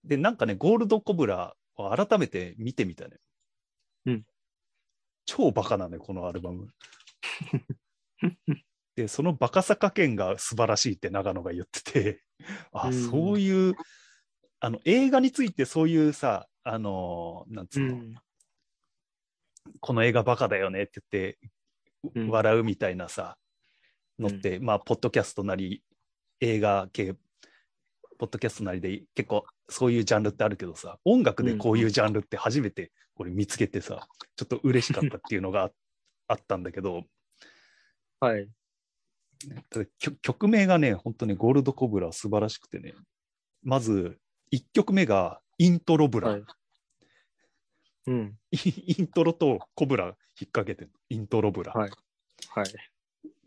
Speaker 1: でで、なんかね、ゴールド・コブラを改めて見てみたね。
Speaker 2: うん。
Speaker 1: 超バカなね、このアルバ ム。で、そのバカさ加減が素晴らしいって長野が言ってて、あ、
Speaker 2: うん
Speaker 1: そういう、あの、映画についてそういうさ、あの、なんつ
Speaker 2: う
Speaker 1: うの、
Speaker 2: ん。
Speaker 1: この映画バカだよねって言って、
Speaker 2: うん
Speaker 1: 笑うみたいなさ、のって、まあ、ポッドキャストなり、映画系、ポッドキャストなりで結構そういうジャンルってあるけどさ、音楽でこういうジャンルって初めて俺見つけてさ、ちょっと嬉しかったっていう のがああったんだけど、
Speaker 2: はい。
Speaker 1: ただ曲曲名がね、本当ね、ゴールドコブラは素晴らしくてね、まず1曲目がイントロブラ、
Speaker 2: はいうん。
Speaker 1: イントロとコブラ引っ掛けてんのイントロブラ。
Speaker 2: はいはい。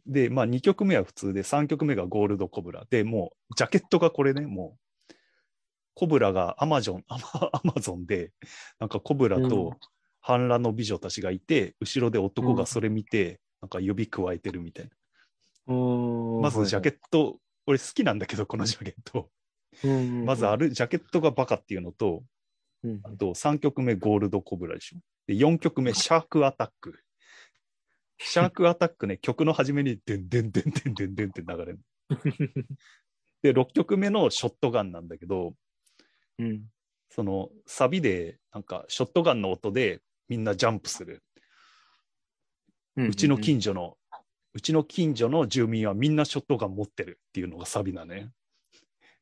Speaker 1: で、まあ2曲目は普通で、3曲目がゴールドコブラ。で、もうジャケットがこれね、もう、コブラがアマゾン、アマアマゾンで、なんかコブラ
Speaker 2: う
Speaker 1: と反乱の美女たちがいて、後ろで男がそれ見て、なんか指くわえてるみたいな。ま
Speaker 2: ま
Speaker 1: ずジャケット、俺好きなんだけど、このジャケット。
Speaker 2: うん
Speaker 1: まずある、ジャケットがバカっていうのと、
Speaker 2: うん
Speaker 1: あと3曲目ゴールドコブラでしょ。で、4曲目シャークアタック。シャークアタックね、曲の初めに、でんでんでんでんでんでんって流れる。で、6曲目のショットガンなんだけど、
Speaker 2: うん。
Speaker 1: そのサビで、なんかショットガンの音でみんなジャンプする。
Speaker 2: うん
Speaker 1: うちの近所の、うちの近所の住民はみんなショットガン持ってるっていうのがサビだね。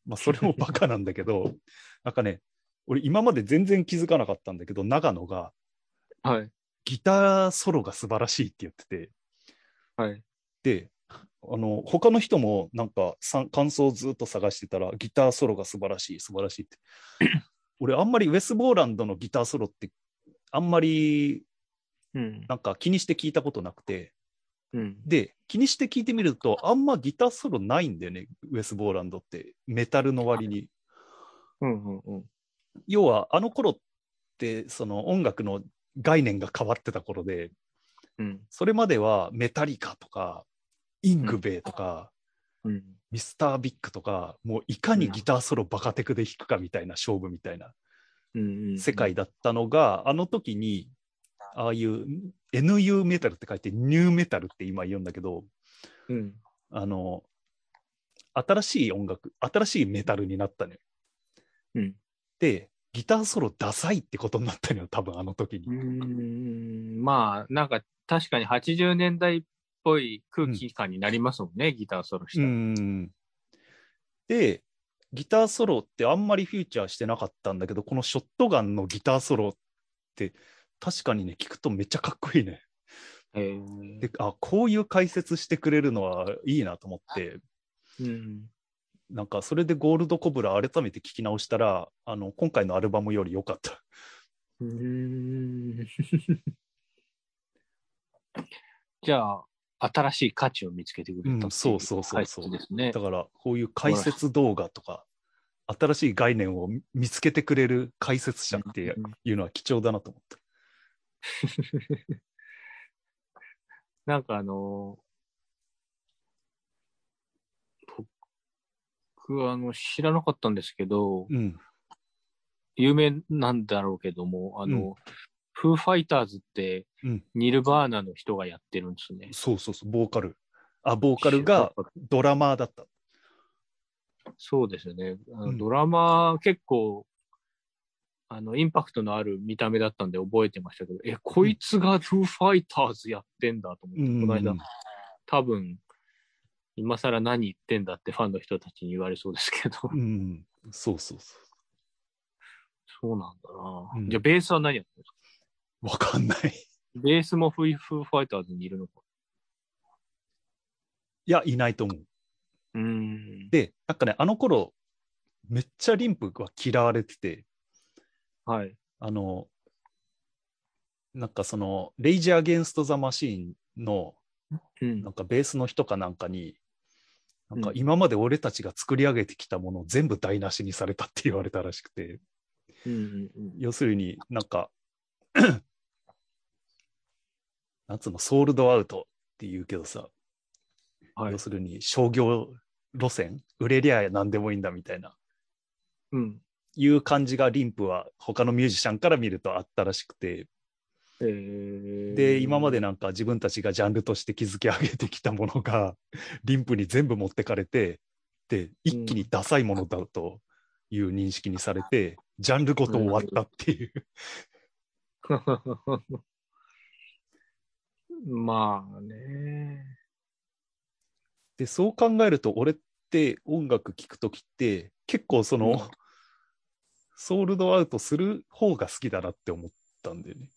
Speaker 1: まあ、それもバカなんだけど、 なんかね、俺今まで全然気づかなかったんだけど、長野が、
Speaker 2: はい。
Speaker 1: ギターソロが素晴らしいって言ってて、
Speaker 2: はい。
Speaker 1: で、あの、他の人もなんかさん感想をずっと探してたら、ギターソロが素晴らしい、素晴らしいって。俺、あんまりウェス・ボーランドのギターソロって、あんまり
Speaker 2: うん。
Speaker 1: なんか気にして聞いたことなくて、
Speaker 2: うん。
Speaker 1: で、気にして聞いてみると、あんまギターソロないんだよね、ウェス・ボーランドって、メタルの割に。
Speaker 2: うん。うん。
Speaker 1: 要はあの頃ってその音楽の概念が変わってた頃で
Speaker 2: うん。
Speaker 1: それまではメタリカとかイングベイとか、
Speaker 2: うん。
Speaker 1: ミスタービッグとかもういかにギターソロバカテクで弾くかみたいな勝負みたいな
Speaker 2: うん。うん
Speaker 1: 世界。だったのが、あの時にああいう NU メタルって書いてニューメタルって今言うんだけど
Speaker 2: うん。
Speaker 1: あの新しい音楽新しいメタルになったのよ。
Speaker 2: うん。
Speaker 1: でギターソロダサいってことになったのよ多分あの時
Speaker 2: う
Speaker 1: に。
Speaker 2: ん。まあ、なんか確かに80年代っぽい空気感になりますもんね、ギターソロした
Speaker 1: う
Speaker 2: ら。
Speaker 1: んでギターソロってあんまりフューチャーしてなかったんだけどこのショットガンのギターソロって確かにね聞くとめっちゃかっこいいね。
Speaker 2: へー
Speaker 1: であこういう解説してくれるのはいいなと思って
Speaker 2: うん。
Speaker 1: なんかそれでゴールドコブラ改めて聞き直したらあの今回のアルバムより良かった。
Speaker 2: うーんじゃあ、新しい価値を見つけてくれたってい
Speaker 1: うんそうそうそうそう
Speaker 2: 解説ですね
Speaker 1: だ。からこういう解説動画とか新しい概念を見つけてくれる解説者っていう
Speaker 2: うん
Speaker 1: いうのは貴重だなと思った。
Speaker 2: なんかあのー僕はあの知らなかったんですけど、
Speaker 1: うん
Speaker 2: 有名なんだろうけども、あの、
Speaker 1: うん
Speaker 2: フーファイターズって
Speaker 1: うん
Speaker 2: ニルバーナの人がやってるんですね。
Speaker 1: そうそうそうボーカルあボーカルがドラマーだった。
Speaker 2: そうですね。あの
Speaker 1: うん
Speaker 2: ドラマ、結構、あの、インパクトのある見た目だったんで覚えてましたけど、え、こいつがフーファイターズやってんだと思って、
Speaker 1: うん
Speaker 2: この間、多分、今更何言ってんだってファンの人たちに言われそうですけど、
Speaker 1: うんそうそうそ
Speaker 2: そうなんだな、
Speaker 1: うん
Speaker 2: じゃあ、ベースは何やってるんです
Speaker 1: うわかん ない。
Speaker 2: かベースもフーフーファイターズにいるのか。
Speaker 1: いやいないと思う。
Speaker 2: うーん。
Speaker 1: でなんかねあの頃めっちゃリンプは嫌われてて。
Speaker 2: はい。
Speaker 1: あの、なんかその、レイジ・アゲンスト・ザ・マシーンの、
Speaker 2: うん
Speaker 1: な。んかベースの人かなんかに、なんか
Speaker 2: うん
Speaker 1: 今まで俺たちが作り上げてきたものを全部台無しにされたって言われたらしくて、
Speaker 2: うんうんうん
Speaker 1: 要するになんか、 なんつうの、ソールドアウトって言うけどさ、
Speaker 2: はい
Speaker 1: 要。するに商業路線、売れりゃ何でもいいんだみたいな、
Speaker 2: うん。
Speaker 1: いう感じがリンプは他のミュージシャンから見るとあったらしくて、
Speaker 2: えー
Speaker 1: で今までなんか自分たちがジャンルとして築き上げてきたものがリンプに全部持ってかれてで一気にダサいものだという認識にされて、ジャンルごと終わったっていう、
Speaker 2: まあね。
Speaker 1: でそう考えると俺って音楽聴く時って結構その、
Speaker 2: うん
Speaker 1: ソールドアウトする方が好きだなって思ったんだよね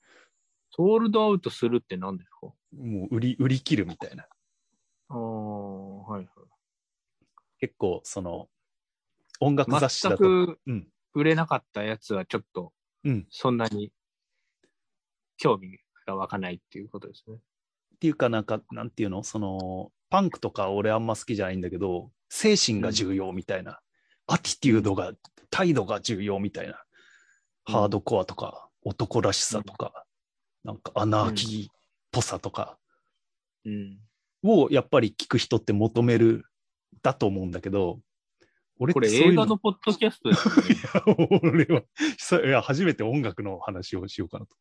Speaker 2: ソールドアウトするって何ですか
Speaker 1: もう売り売り切るみたいな
Speaker 2: ああ、はい
Speaker 1: 結構その音楽
Speaker 2: はい。
Speaker 1: 雑誌だ
Speaker 2: 全
Speaker 1: と、
Speaker 2: く
Speaker 1: うん
Speaker 2: 売れなかったやつはちょっと、
Speaker 1: うん、
Speaker 2: そんなに興味が湧かないっていうことです
Speaker 1: っ
Speaker 2: ね。
Speaker 1: ていうかなんか、なんていうのその、パンクとか俺あんま好きじゃないんだけど、精神が重要みたいな、アティテュードが、態度が重要みたいな、
Speaker 2: うん
Speaker 1: ハードコアとか、男らしさとか、なんかアナーキーっぽさとか
Speaker 2: うん。
Speaker 1: をやっぱり聞く人って求める、だと思うんだけど、俺っ
Speaker 2: こ
Speaker 1: て
Speaker 2: れ
Speaker 1: そうい
Speaker 2: 映
Speaker 1: う
Speaker 2: 画のポッドキャストですよね。
Speaker 1: 俺はそういや、初めて音楽の話をしようかなと。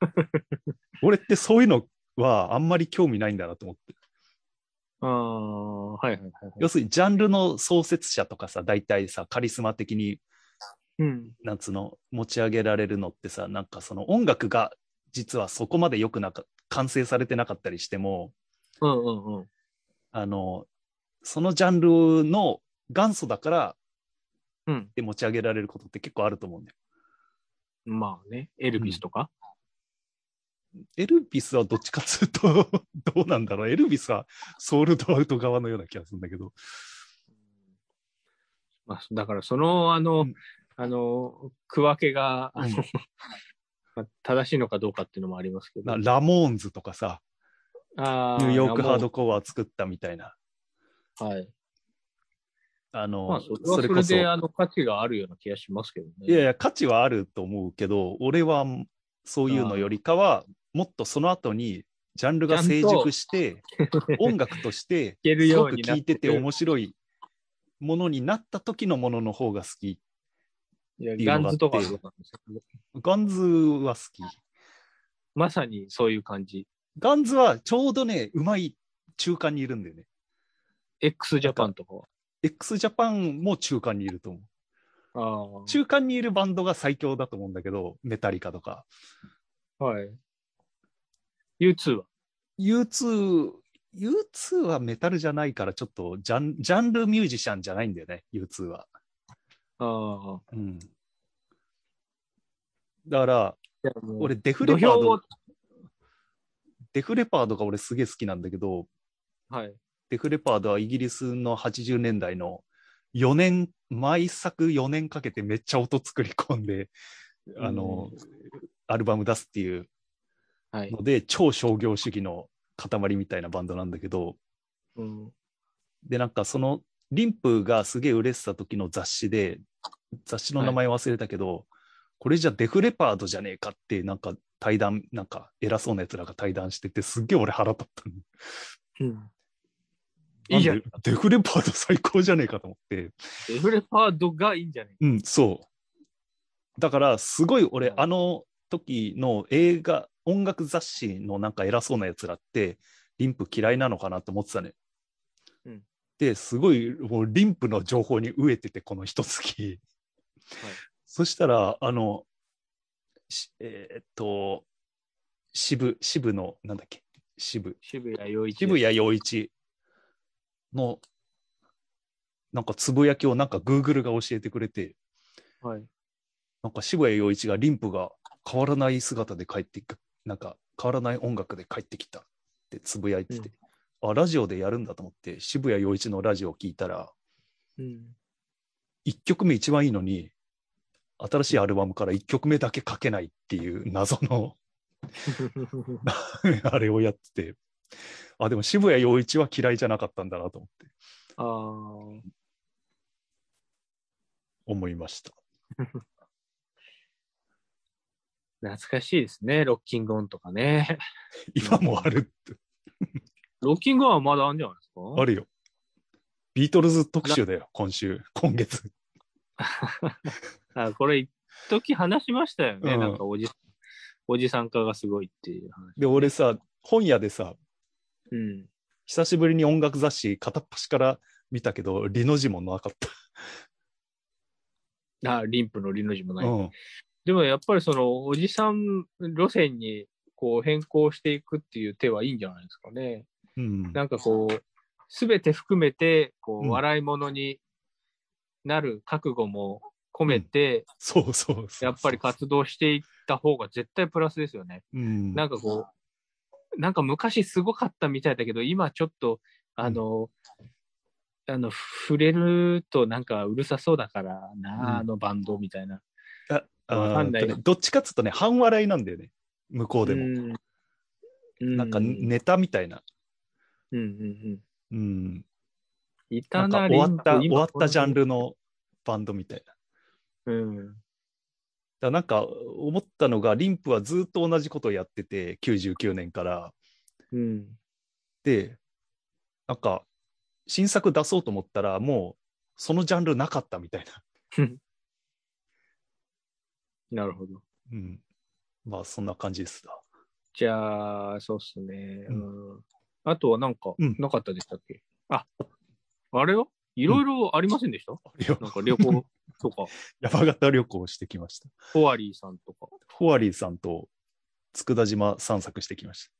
Speaker 1: 俺ってそういうのはあんまり興味ないんだなと思って。
Speaker 2: ああ、はいはいはいはい。
Speaker 1: 要するにジャンルの創設者とかさ大体さカリスマ的に
Speaker 2: うん。
Speaker 1: なんつうの持ち上げられるのってさなんかその音楽が実はそこまでよくなか完成されてなかったりしても
Speaker 2: うんうんうん。
Speaker 1: あのそのジャンルの元祖だから
Speaker 2: うん。
Speaker 1: で持ち上げられることって結構あると思うんだよ。
Speaker 2: まあね、エルビスとか。
Speaker 1: エルビスはどっちかっつうと どうなんだろうエルビスはソウルドアウト側のような気がするんだけど。
Speaker 2: まあ、だからその、あの、
Speaker 1: うん
Speaker 2: あの、区分けが、あの、
Speaker 1: うん
Speaker 2: まあ正しいのかどうかっていうのもありますけど。
Speaker 1: なラモーンズとかさ
Speaker 2: あ
Speaker 1: ニューヨークハー
Speaker 2: ド
Speaker 1: ドコア作ったみたいな
Speaker 2: はい。
Speaker 1: あの、
Speaker 2: まあ、それは
Speaker 1: そ
Speaker 2: そ
Speaker 1: れ
Speaker 2: れ
Speaker 1: こそ。
Speaker 2: で、あの、価値があるような気がしますけどね。
Speaker 1: いやいや、価値はあると思うけど、俺はそういうのよりかは、もっとその後に、ジャンルが成熟して、音楽と して、
Speaker 2: ける
Speaker 1: す
Speaker 2: よ
Speaker 1: ご
Speaker 2: う
Speaker 1: く
Speaker 2: にな
Speaker 1: 聴
Speaker 2: っ
Speaker 1: いてて面白いものになった時のものの方が好き。
Speaker 2: いや
Speaker 1: ていう
Speaker 2: ガ
Speaker 1: のがあ
Speaker 2: ン
Speaker 1: っ
Speaker 2: ズ
Speaker 1: て
Speaker 2: とかはそうなんですけど、
Speaker 1: ガンズは好き。
Speaker 2: まさにそういう感じ。
Speaker 1: ガンズはちょうどね、うまい中間にいるんだよね。
Speaker 2: x ジャパンとかは。
Speaker 1: x ジャパンも中間にいると思う。
Speaker 2: あ
Speaker 1: 中間にいるバンドが最強だと思うんだけど、メタリカとか。
Speaker 2: あ。はい。U2 は。
Speaker 1: U2、U2 はメタルじゃないから、ちょっとジャンジャンルミュージシャンじゃないんだよね、U2 は。
Speaker 2: ああ。
Speaker 1: うん。だから、
Speaker 2: いやもう
Speaker 1: 俺、デフレ
Speaker 2: 土
Speaker 1: パー
Speaker 2: 俵を
Speaker 1: ド、、デフレパードが俺すげえ好きなんだけど、
Speaker 2: はい。
Speaker 1: デフレパードはイギリスの80年代の4年、毎作4年かけてめっちゃ音作り込んで、あの、アルバム出すっていう
Speaker 2: はい。
Speaker 1: ので、超商業主義の塊みたいなバンドなんだけど、
Speaker 2: うん。
Speaker 1: で、なんかその、リンプがすげえ売れてた時の雑誌で、雑誌の名前忘れたけど、これじゃデフレパードじゃねえかって、なんか対談、なんか偉そうなやつらが対談してて、すっげえ俺腹立ったの。
Speaker 2: うんいいじゃん
Speaker 1: なんでデフレパード最高じゃねえかと思って。
Speaker 2: デフレパードがいいんじゃない
Speaker 1: うん、そう。だから、すごい俺
Speaker 2: う、ん
Speaker 1: あの時の映画、音楽雑誌のなんか偉そうなやつらって、リンプ嫌いなのかなと思ってたね。
Speaker 2: うん
Speaker 1: で、すごい、もうリンプの情報に飢えてて、この一月。そしたら、あの、しえーっと、渋、渋の、なんだっけ、渋、
Speaker 2: 渋谷陽一。
Speaker 1: 渋谷陽一の、なんかつぶやきをなんか Google が教えてくれて、
Speaker 2: はい。
Speaker 1: なんか渋谷陽一がリンプが変わらない姿で帰っていく、なんか変わらない音楽で帰ってきたってつぶやいてて、あ、ラジオでやるんだと思って、渋谷陽一のラジオを聞いたら、
Speaker 2: うん。
Speaker 1: 1曲目一番いいのに、新しいアルバムから1曲目だけ書けないっていう謎の あれをやってて、あ、でも渋谷陽一は嫌いじゃなかったんだなと思って
Speaker 2: ああ。
Speaker 1: 思いました。
Speaker 2: 懐かしいですね。ロッキングオンとかね。
Speaker 1: 今もあるって、
Speaker 2: ロッキングオンはまだあるんじゃないですか
Speaker 1: あるよ。ビートルズ特集だよ、今週、今月。
Speaker 2: あこれ、一時話しましたよね。
Speaker 1: うん
Speaker 2: なんかおじ、おじさん化がすごいっていう話。
Speaker 1: で、俺さ、本屋でさ、
Speaker 2: うん。
Speaker 1: 久しぶりに音楽雑誌片っ端から見たけど、リの字もなかっ
Speaker 2: あ、リンプのリの字も
Speaker 1: た。
Speaker 2: ない。
Speaker 1: うん。
Speaker 2: でもやっぱりその、おじさん路線にこう変更していくっていう手はいいんじゃないですかね。
Speaker 1: うん、
Speaker 2: なんかこう、すべて含めて、こ
Speaker 1: うん
Speaker 2: う、笑い物になる覚悟も込めて、
Speaker 1: そうそうそうそう
Speaker 2: やっぱり活動していった方が絶対プラスですよね。
Speaker 1: うん、
Speaker 2: なんかこう、なんか昔すごかったみたいだけど、今ちょっと、あの、あの、触れるとなんかうるさそうだから
Speaker 1: うん
Speaker 2: な、あのバンドみたいな。
Speaker 1: ああ
Speaker 2: わかんない
Speaker 1: えっとねどっちかっつうとね、半笑いなんだよね。向こうでも。
Speaker 2: も。うん
Speaker 1: なんか
Speaker 2: うん
Speaker 1: ネタみたいな。
Speaker 2: うんうん
Speaker 1: うん。
Speaker 2: うん。い
Speaker 1: な
Speaker 2: た
Speaker 1: んか
Speaker 2: な
Speaker 1: 終わった、
Speaker 2: リ
Speaker 1: 終
Speaker 2: ンク
Speaker 1: わったジャン。ルのバンドみたいな。だか
Speaker 2: うん。
Speaker 1: らなんか思ったのが、リンプはずっと同じことをやってて、99年から。
Speaker 2: うん。
Speaker 1: で、なんか、新作出そうと思ったら、もう、そのジャンルなかったみたいな。
Speaker 2: なるほど。
Speaker 1: うん。まあ、そんな感じですな。
Speaker 2: じゃあ、そうっすね。
Speaker 1: う
Speaker 2: うん。あとはなんか、
Speaker 1: うん
Speaker 2: なかったでしたっけあ、あれよいろいろありませんでした
Speaker 1: よ
Speaker 2: なんか旅行 とか、
Speaker 1: 山形旅行をしてきました。
Speaker 2: ホワリーさんとか。
Speaker 1: フォアリーさんと佃島散策してきました。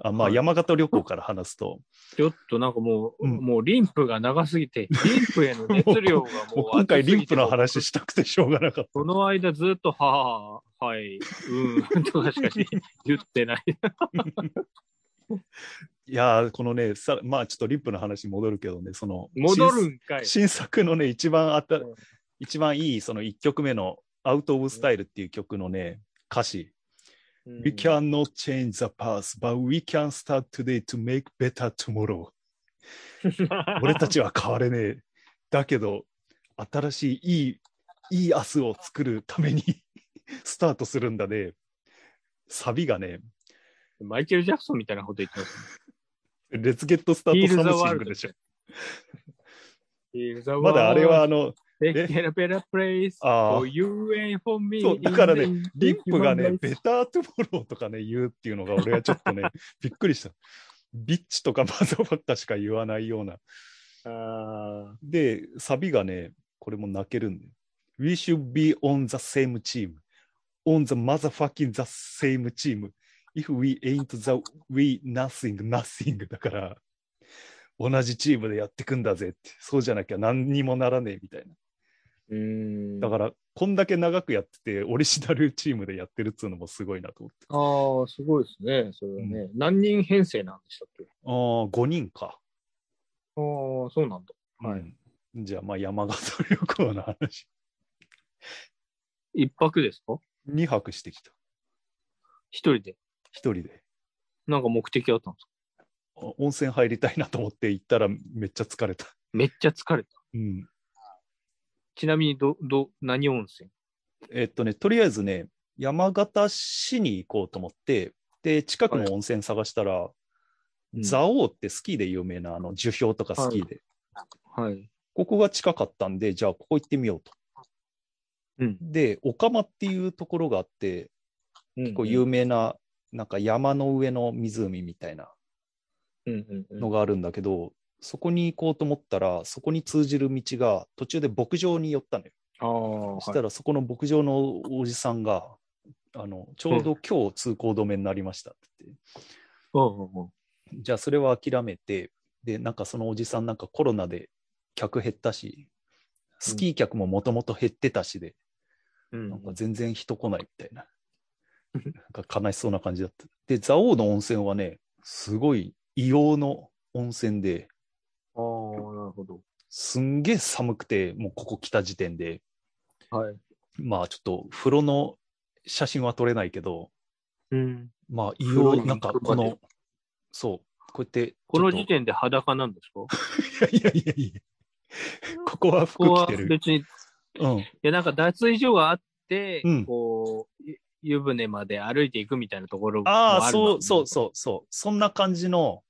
Speaker 1: あまあ、
Speaker 2: はい
Speaker 1: 山形旅行から話すと、
Speaker 2: ちょっとなんかもう、
Speaker 1: うん
Speaker 2: もうリンプが長すぎて、リンプへの熱量がもう
Speaker 1: もう今回リンプの話
Speaker 2: し
Speaker 1: したくてしょうがなかった。
Speaker 2: その間ずっと、はあ、はい、うん、とかしかし言っ てない。
Speaker 1: いやー、このね、さまあちょっとリンプの話に戻るけどね、その、
Speaker 2: 戻るんかい
Speaker 1: 新。新作のね、一番あた、
Speaker 2: うん
Speaker 1: 一番いい、その1曲目の、アウト・オブ・スタイルっていう曲のね、歌詞、
Speaker 2: うん
Speaker 1: We cannot change the past, but we can start today to make better tomorrow. 俺たちは変われねえ。だけど、新しいいい、いい明日を作るために スタートするんだね。サビがね、
Speaker 2: マイケル・ジャクソンみたいなこと言ってます。
Speaker 1: レッツゲットスター
Speaker 2: Feel
Speaker 1: ト
Speaker 2: the
Speaker 1: サムシングでしょ。
Speaker 2: Here's the
Speaker 1: まだあれはあの、
Speaker 2: world, a better place
Speaker 1: あー
Speaker 2: for you and for me.
Speaker 1: そうだからね
Speaker 2: in the
Speaker 1: リップがね
Speaker 2: human、race
Speaker 1: ベタートゥモローとかね、言うっていうのが俺はちょっとね、びっくりした。ビッチとかマザーばっかしか言わないような。
Speaker 2: あ
Speaker 1: で、サビがね、これも泣けるんで。We should be on the same team. On the motherfucking the same team. If we ain't the we nothing nothing だから、同じチームでやってくんだぜって。そうじゃなきゃ何にもならねえみたいな。
Speaker 2: ーうん。
Speaker 1: だから、こんだけ長くやってて、オリジナルチームでやってるっつうのもすごいなと思って。
Speaker 2: ああ、すごいですね。それはね。何人編成なんでしたっけ
Speaker 1: ああ、5人か。
Speaker 2: ああ、そうなんだ。はい
Speaker 1: うんじゃあ、まあ、山形旅行の話。
Speaker 2: 一泊ですか
Speaker 1: 2泊してきた。
Speaker 2: 一人で。
Speaker 1: 1人で。
Speaker 2: なんか目的あったんですか
Speaker 1: あ温泉入りたいなと思って行ったらめっちゃ疲れた。
Speaker 2: めっちゃ疲れた。
Speaker 1: うん。
Speaker 2: ちなみに、ど、ど、何温泉
Speaker 1: えっとね、とりあえずね、山形市に行こうと思って、で、近くの温泉探したら、
Speaker 2: うん
Speaker 1: 蔵王ってスキーで有名な、あの、樹氷とかスキーで、
Speaker 2: はい。
Speaker 1: ここが近かったんで、じゃあここ行ってみようと。
Speaker 2: うん。
Speaker 1: で、オカマっていうところがあって、
Speaker 2: 結
Speaker 1: 結構有名な、なんか山の上の湖みたいな
Speaker 2: うんうん
Speaker 1: のがあるんだけど、そこに行こうと思ったら、そこに通じる道が途中で牧場に寄ったのよ。
Speaker 2: ああ、は
Speaker 1: そしたらそこの牧場のおじさんが、あのちょうど今日通行止めになりましたって言って、
Speaker 2: い。うんうんうん
Speaker 1: じゃあそれは諦めて、で、なんかそのおじさんなんかコロナで客減ったし、スキー客ももともと減ってたしで、
Speaker 2: うん
Speaker 1: なんか全然人来ないみたいな。なんか悲しそうな感じだった。で、蔵王の温泉はね、すごい硫黄の温泉で、
Speaker 2: ああ、なるほど。
Speaker 1: すんげえ寒くて、もうここ来た時点で、
Speaker 2: はい。
Speaker 1: まあちょっと風呂の写真は撮れないけど、
Speaker 2: うん。
Speaker 1: まあ
Speaker 2: 黒
Speaker 1: 硫
Speaker 2: い
Speaker 1: 黄、なんか
Speaker 2: 黒い
Speaker 1: この、そう、こうやって、
Speaker 2: この
Speaker 1: ちょ
Speaker 2: 時
Speaker 1: っと
Speaker 2: 点で裸なんですか
Speaker 1: いやいやいやいや、ここは服
Speaker 2: こ
Speaker 1: 着
Speaker 2: こ
Speaker 1: て
Speaker 2: は
Speaker 1: る。
Speaker 2: 別に、い
Speaker 1: うん、
Speaker 2: や、なんか脱衣所があって、
Speaker 1: うん
Speaker 2: こう、ゆ湯船まで歩いていくみたいなところも
Speaker 1: あ
Speaker 2: あ
Speaker 1: あ
Speaker 2: る
Speaker 1: そうそう
Speaker 2: う。
Speaker 1: そうそう、そんな感じの、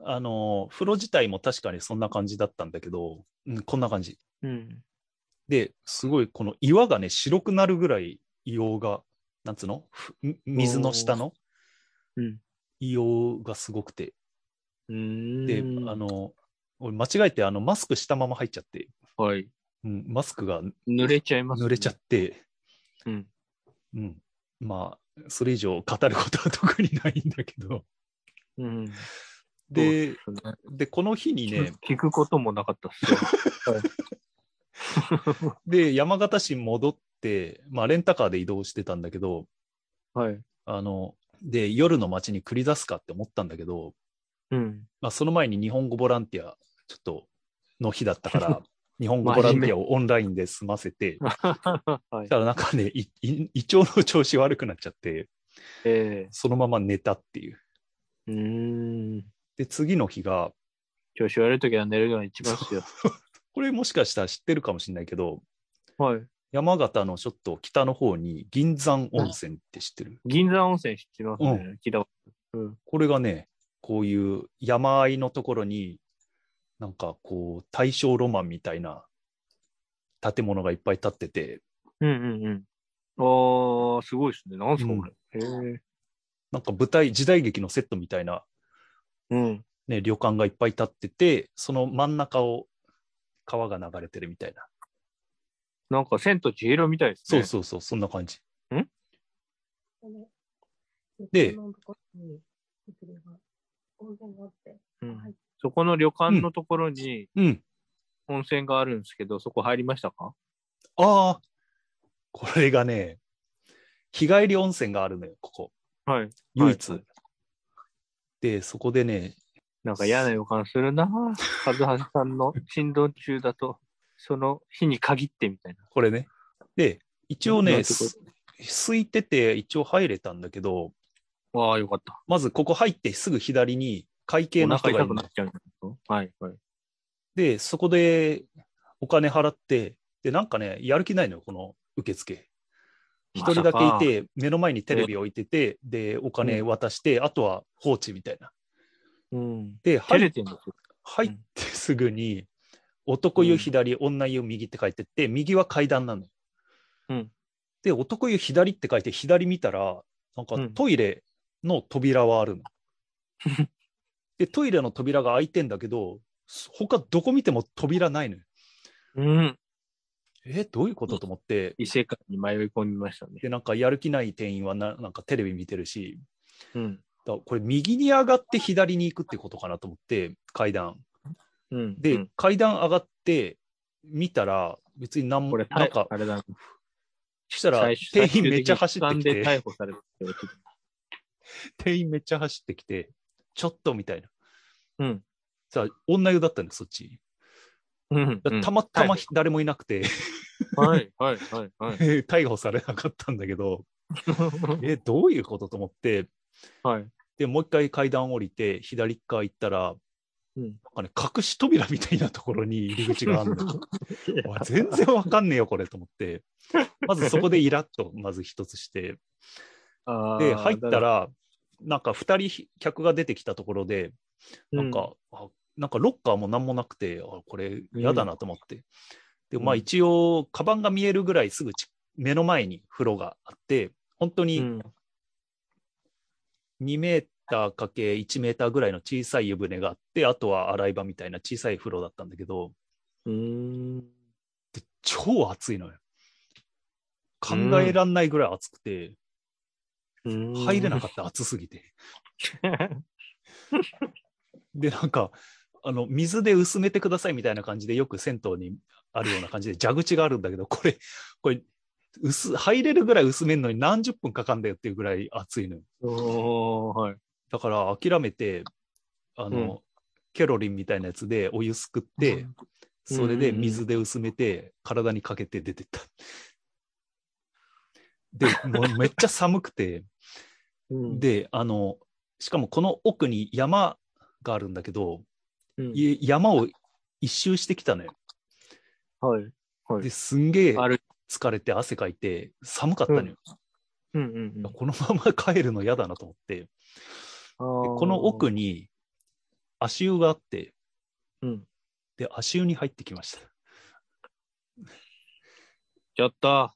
Speaker 1: あのー、風呂自体も確かにそんな感じだったんだけど、うん、こんな感じ。
Speaker 2: うん。
Speaker 1: で、すごいこの岩がね、白くなるぐらい硫黄が、なんつうのふみ水の下の
Speaker 2: うん
Speaker 1: 硫黄がすごくて。
Speaker 2: うーん。
Speaker 1: で、あ、の、俺間違えてあのマスクしたまま入っちゃって、
Speaker 2: はい。
Speaker 1: うん、マスクが
Speaker 2: 濡れちゃいます、
Speaker 1: 濡れちゃって、
Speaker 2: うん。
Speaker 1: うん、まあ、それ以上語ることは特にないんだけど。
Speaker 2: うん。
Speaker 1: で、
Speaker 2: そうですね
Speaker 1: で、この日にね、
Speaker 2: 聞くこともなかったっ すよ。
Speaker 1: で、山形市に戻って、まあ、レンタカーで移動してたんだけど、
Speaker 2: はい。
Speaker 1: あの、で、夜の街に繰り出すかって思ったんだけど、
Speaker 2: うん。
Speaker 1: まあ、その前に日本語ボランティア、ちょっと、の日だった から、日本語ボランティアをオンラインで済ませて、
Speaker 2: は
Speaker 1: そし
Speaker 2: い。
Speaker 1: たらなんかね、いい胃腸の調子悪くなっちゃって、
Speaker 2: え
Speaker 1: そのまま寝たっていう。
Speaker 2: えうーん。
Speaker 1: で、次の日が、
Speaker 2: 調子悪いときは寝るのが一番っすよ。
Speaker 1: これもしかしたら知ってるかもしれないけど、
Speaker 2: はい。
Speaker 1: 山形のちょっと北の方に銀山温泉って知ってる
Speaker 2: 銀山温泉知ってますね。聞いたことうん。
Speaker 1: これがね、こういう山あいのところに、なんかこう、大正ロマンみたいな建物がいっぱい建ってて、
Speaker 2: うんうんうん。ああ、すごいですね。なんすか、これ。へえ。
Speaker 1: なんか舞台、時代劇のセットみたいな、
Speaker 2: うん。
Speaker 1: ね、旅館がいっぱい建ってて、その真ん中を川が流れてるみたいな。
Speaker 2: なんか、千と千尋みたいです
Speaker 1: そ
Speaker 2: ね。
Speaker 1: うそうそう、そんな感じ。で
Speaker 3: で、そのところにいくらが温泉があって、
Speaker 2: う。ん、そこの旅館のところに
Speaker 1: うん。
Speaker 2: 温泉があるんですけど、そこ入りましたか
Speaker 1: ああ、これがね、日帰り温泉があるのよ、ここ。
Speaker 2: はい。
Speaker 1: 唯一。
Speaker 2: はい
Speaker 1: で、そこでね、
Speaker 2: なんか嫌な予感するなぁ。和橋さんの振動中だと、その日に限ってみたいな。
Speaker 1: これね。で、一応
Speaker 2: な
Speaker 1: ね、
Speaker 2: んてこと
Speaker 1: す空いてて一応入れたんだけど、
Speaker 2: わあ、よかった。
Speaker 1: まずここ入ってすぐ左に会計
Speaker 2: お
Speaker 1: の人がい
Speaker 2: 腹
Speaker 1: る
Speaker 2: 痛く
Speaker 1: の
Speaker 2: なっちゃう。はい、はい。
Speaker 1: で、そこでお金払って、で、なんかね、やる気ないのよ、この受付。一人だけいて、目の前にテレビ置いてて、で、お金渡して、あとは放置みたいな。
Speaker 2: うん。
Speaker 1: で、
Speaker 2: 照
Speaker 1: 入
Speaker 2: れ
Speaker 1: って
Speaker 2: んですよ。
Speaker 1: 入ってすぐに、男湯左、女湯右って書いてって、右は階段なのよ。
Speaker 2: うん
Speaker 1: で、男湯左って書いて、左見たら、なんか
Speaker 2: うん
Speaker 1: トイレの扉はあ るの。で、トイレの扉が開いてんだけど、他どこ見ても扉ないのよ。
Speaker 2: うん。
Speaker 1: え、どういうことと思って、
Speaker 2: 異世界に迷い込みましたね。
Speaker 1: で、なんかやる気ない店員はななんかテレビ見てるし、
Speaker 2: うん。
Speaker 1: だからこれ右に上がって左に行くってことかなと思って、階段。
Speaker 2: うん。
Speaker 1: で、
Speaker 2: うん
Speaker 1: 階段上がって見たら、別に何も、
Speaker 2: これ、
Speaker 1: なんか
Speaker 2: あ、れだ。
Speaker 1: そしたら
Speaker 2: 最終
Speaker 1: 店員めっちゃ走ってき
Speaker 2: 最終的に
Speaker 1: て、
Speaker 2: 痴漢で逮捕されてるってこと
Speaker 1: 店員めっちゃ走ってきて、ちょっとみたいな。
Speaker 2: うん。
Speaker 1: さあ、女湯だったんだよ、そっち。
Speaker 2: うん
Speaker 1: だか
Speaker 2: う
Speaker 1: ら
Speaker 2: ん
Speaker 1: たまたま誰もいなくて、
Speaker 2: はい、はい、はい、はい。
Speaker 1: 逮捕されなかったんだけど、え、どういうことと思って、
Speaker 2: はい。
Speaker 1: で、もう一回階段降りて、左側行ったら、
Speaker 2: うん
Speaker 1: なんかね、隠し扉みたいなところ に入り口があるんだ。わ全然わかんねえよ、これと思って。まずそこでイラッと、まず一つして。
Speaker 2: あー
Speaker 1: で、入った、ら、なんか2人客が出てきたところで、なんか、あなんかロッカーも何もなくて、あこれ嫌だなと思って。で、まあ
Speaker 2: うん
Speaker 1: 一応、カバンが見えるぐらいすぐち目の前に風呂があって、本当
Speaker 2: う
Speaker 1: に
Speaker 2: ん、
Speaker 1: 2メーターかけ1メーターぐらいの小さい湯船があって、あとは洗い場みたいな小さい風呂だったんだけど、
Speaker 2: うん。
Speaker 1: で超暑いのよ。考えらんないぐらい暑くて、
Speaker 2: うん
Speaker 1: 入れなかった、暑すぎて。で、なんか、あの水で薄めてくださいみたいな感じで、よく銭湯にあるような感じで、蛇口があるんだけど、これ、これ、薄入れるぐらい薄めるのに何十分かかんだよっていうぐらい暑いのよ。
Speaker 2: おーはい。
Speaker 1: だから諦めて、あの、
Speaker 2: うん
Speaker 1: ケロリンみたいなやつでお湯すくって、それで水で薄めて、体にかけて出てった。で、もうめっちゃ寒くて、
Speaker 2: うん、
Speaker 1: で、あの、しかもこの奥に山があるんだけど、
Speaker 2: うん
Speaker 1: い山を一周してきたのよ。
Speaker 2: はい。はい
Speaker 1: ですんげえ
Speaker 2: ある
Speaker 1: 疲れて汗かいて寒かったのよ。
Speaker 2: うんうんうん、
Speaker 1: このまま帰るの嫌だなと思って、で
Speaker 2: こ
Speaker 1: この奥に足湯があって、
Speaker 2: うん、
Speaker 1: で、足湯に入ってきました。
Speaker 2: やった。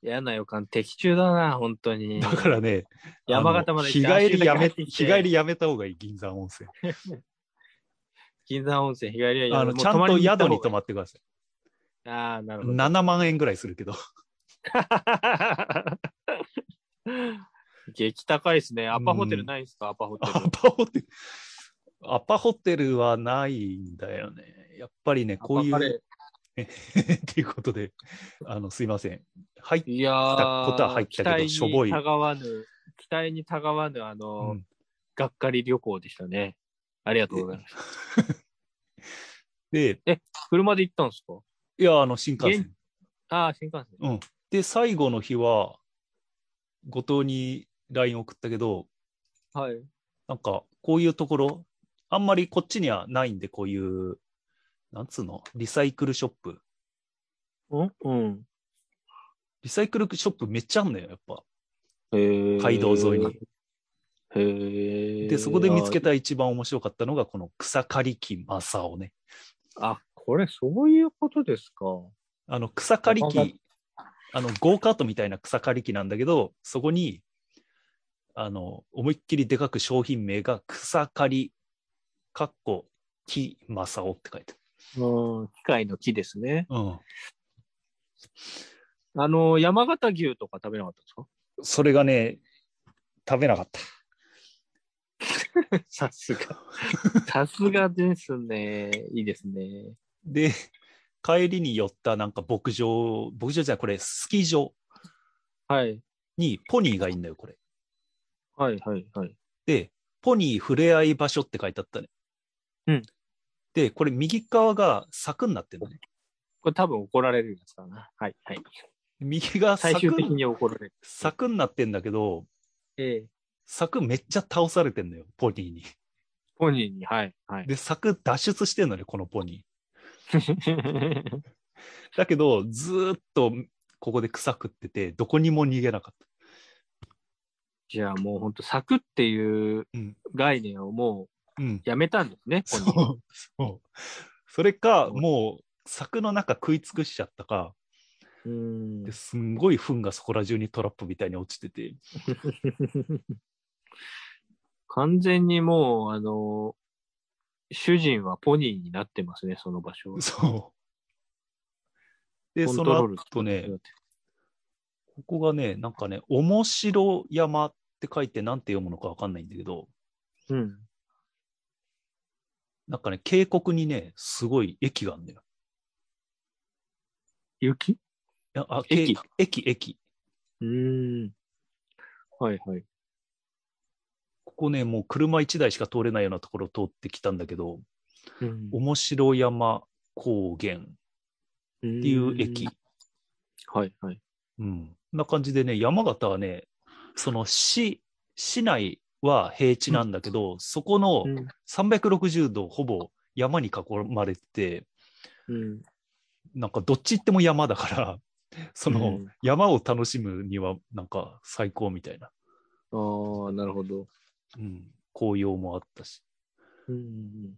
Speaker 2: 嫌な予感、的中だな、本当 に。
Speaker 1: だからね、
Speaker 2: 山形まで
Speaker 1: 日
Speaker 2: 行って
Speaker 1: 帰りやめ、
Speaker 2: 足湯だけ入って
Speaker 1: 日
Speaker 2: きて
Speaker 1: 帰りやめた方がいい、銀山温泉。
Speaker 2: 銀山温泉、日帰りはや
Speaker 1: あの、
Speaker 2: めもう
Speaker 1: ちゃんと宿に泊
Speaker 2: ま
Speaker 1: まってください。
Speaker 2: りに行った方がいいああ、なるほど。
Speaker 1: 7万円ぐらいするけど。
Speaker 2: 激高いですね。アパホテルないですか、アパホテ
Speaker 1: ア
Speaker 2: ル。
Speaker 1: パホテル、アパホテルはないんだよね。やっぱりね、 こうい
Speaker 2: アパカレ
Speaker 1: う、 っていうことで、あの、すいません。はい
Speaker 2: ー。いや
Speaker 1: たことは入ったけど
Speaker 2: ー
Speaker 1: しょぼい
Speaker 2: 期待にたがわぬ、期待にたがわぬ、あの、
Speaker 1: うん
Speaker 2: がっかり旅行でしたね。ありがとうございます。
Speaker 1: で、
Speaker 2: 車で行ったんですか
Speaker 1: いや、あの、新幹線。
Speaker 2: ああ、新幹線。
Speaker 1: うん。で、最後の日は、後藤に LINE 送ったけど、
Speaker 2: はい。
Speaker 1: なんか、こういうところ、あんまりこっちにはないんで、こういう、なんつうの、リサイクルショップ。
Speaker 2: うんうん。
Speaker 1: リサイクルショップめっちゃあんのよ、やっぱ。街
Speaker 2: 街
Speaker 1: 道沿いに。
Speaker 2: へえ。
Speaker 1: で、そこで見つけ
Speaker 2: た。
Speaker 1: た一番面白かったのが、この草刈り機正雄ね。
Speaker 2: あ、これそういうことですか。
Speaker 1: あの、草刈り
Speaker 2: なかな
Speaker 1: 機、あの、ゴーカートみたいな草刈り機なんだけど、そこに、あの、思いっきりでかく商品名が草刈り、かっこ、木正雄って書いて
Speaker 2: うん、機械の木ですね。
Speaker 1: ある。うん。
Speaker 2: あの、山形牛とか食べなかったですか
Speaker 1: それがね、食べなかった。
Speaker 2: さすが。 さすがですね。いいですね。
Speaker 1: で、帰りに寄ったなんか牧場、牧場じゃない、これ、スキー場
Speaker 2: はい。
Speaker 1: にポニーがいんだよ、これ。
Speaker 2: はい、はい、はい。
Speaker 1: で、ポニー触れ合い場所って書いてあったね。
Speaker 2: うん。
Speaker 1: で、これ右側が柵になってるのね。
Speaker 2: これ多分怒られるやつだな。はい、はい。
Speaker 1: 右側
Speaker 2: 最
Speaker 1: 柵
Speaker 2: 終的に怒られる。
Speaker 1: 柵になってんだけど、
Speaker 2: ええ。
Speaker 1: 柵めっちゃ倒されてんのよ、ポニーに。
Speaker 2: ポニーに、はい、はい。
Speaker 1: で、柵脱出してんのね、このポニだけど、ずーっとここで草食ってて、どこにも逃げなかった。
Speaker 2: じゃあもう本当柵っていう
Speaker 1: うん
Speaker 2: 概念をも
Speaker 1: うん
Speaker 2: う。やめたんですね、
Speaker 1: そ
Speaker 2: 本人
Speaker 1: う。そうそれか、もう、柵の中食い尽くしちゃったか、
Speaker 2: うん
Speaker 1: ですんごい糞がそこら中にトラップみたいに落ちてて、
Speaker 2: 完全にもう、あの、主人はポニーになってますね、その場所。
Speaker 1: そう。で、
Speaker 2: コン
Speaker 1: そ
Speaker 2: ト
Speaker 1: の
Speaker 2: ロール
Speaker 1: 後ね、ここがね、なんかね、面白山って書いてなんて読むのかわかんないんだけど、
Speaker 2: うん。
Speaker 1: なんかね、渓谷にね、すごい駅があるんだよ。
Speaker 2: 雪
Speaker 1: いやあ
Speaker 2: 駅
Speaker 1: 渓駅、駅。
Speaker 2: うん。はいはい。
Speaker 1: ここね、もう車1台しか通れないようなところを通ってきたんだけど、
Speaker 2: うん
Speaker 1: 面白山高原っていう駅。
Speaker 2: はいはい。
Speaker 1: うん。な感じでね、山形はね、その市、市内は平地なんだけど、そこの
Speaker 2: うん
Speaker 1: 360度ほぼ山に囲まれてて、
Speaker 2: うん
Speaker 1: なんかどっち行っても山だから、 その
Speaker 2: うん
Speaker 1: 山を楽しむにはなんか最高みたいな。
Speaker 2: ああ、なるほど。
Speaker 1: うん。紅葉もあったし。
Speaker 2: うん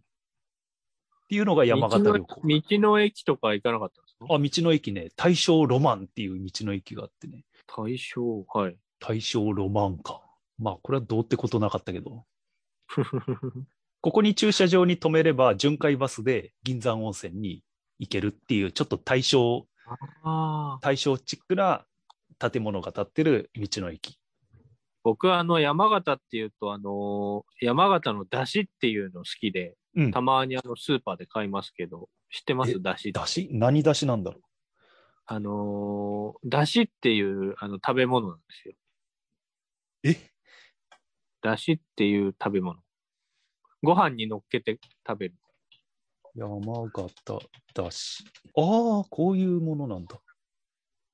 Speaker 1: っていうのが山形旅行。
Speaker 2: 道の駅とか行かなかったんですか
Speaker 1: あ、道の駅ね、大正ロマンっていう道の駅があってね、
Speaker 2: 大正、 はい。
Speaker 1: 大正ロマン館。まあ、これはどうってことなかったけど、ここに駐車場に止めれば、巡回バスで銀山温泉に行けるっていう、ちょっと大正、
Speaker 2: ああ。
Speaker 1: 大正チックな建物が建ってる道の駅。
Speaker 2: 僕はあの山形っていうと、あのー山形の出汁っていうの好きで、
Speaker 1: うん
Speaker 2: た。まにあのスーパーで買いますけど、知ってま
Speaker 1: え
Speaker 2: す出汁って
Speaker 1: だし何だしなんだろ
Speaker 2: あのー、だしっていうあの食べ物なんですよ。
Speaker 1: う。え
Speaker 2: だしっていう食べ物。ご飯に乗っけて食べる。
Speaker 1: 山形だし。ああ、こういうものなんだ。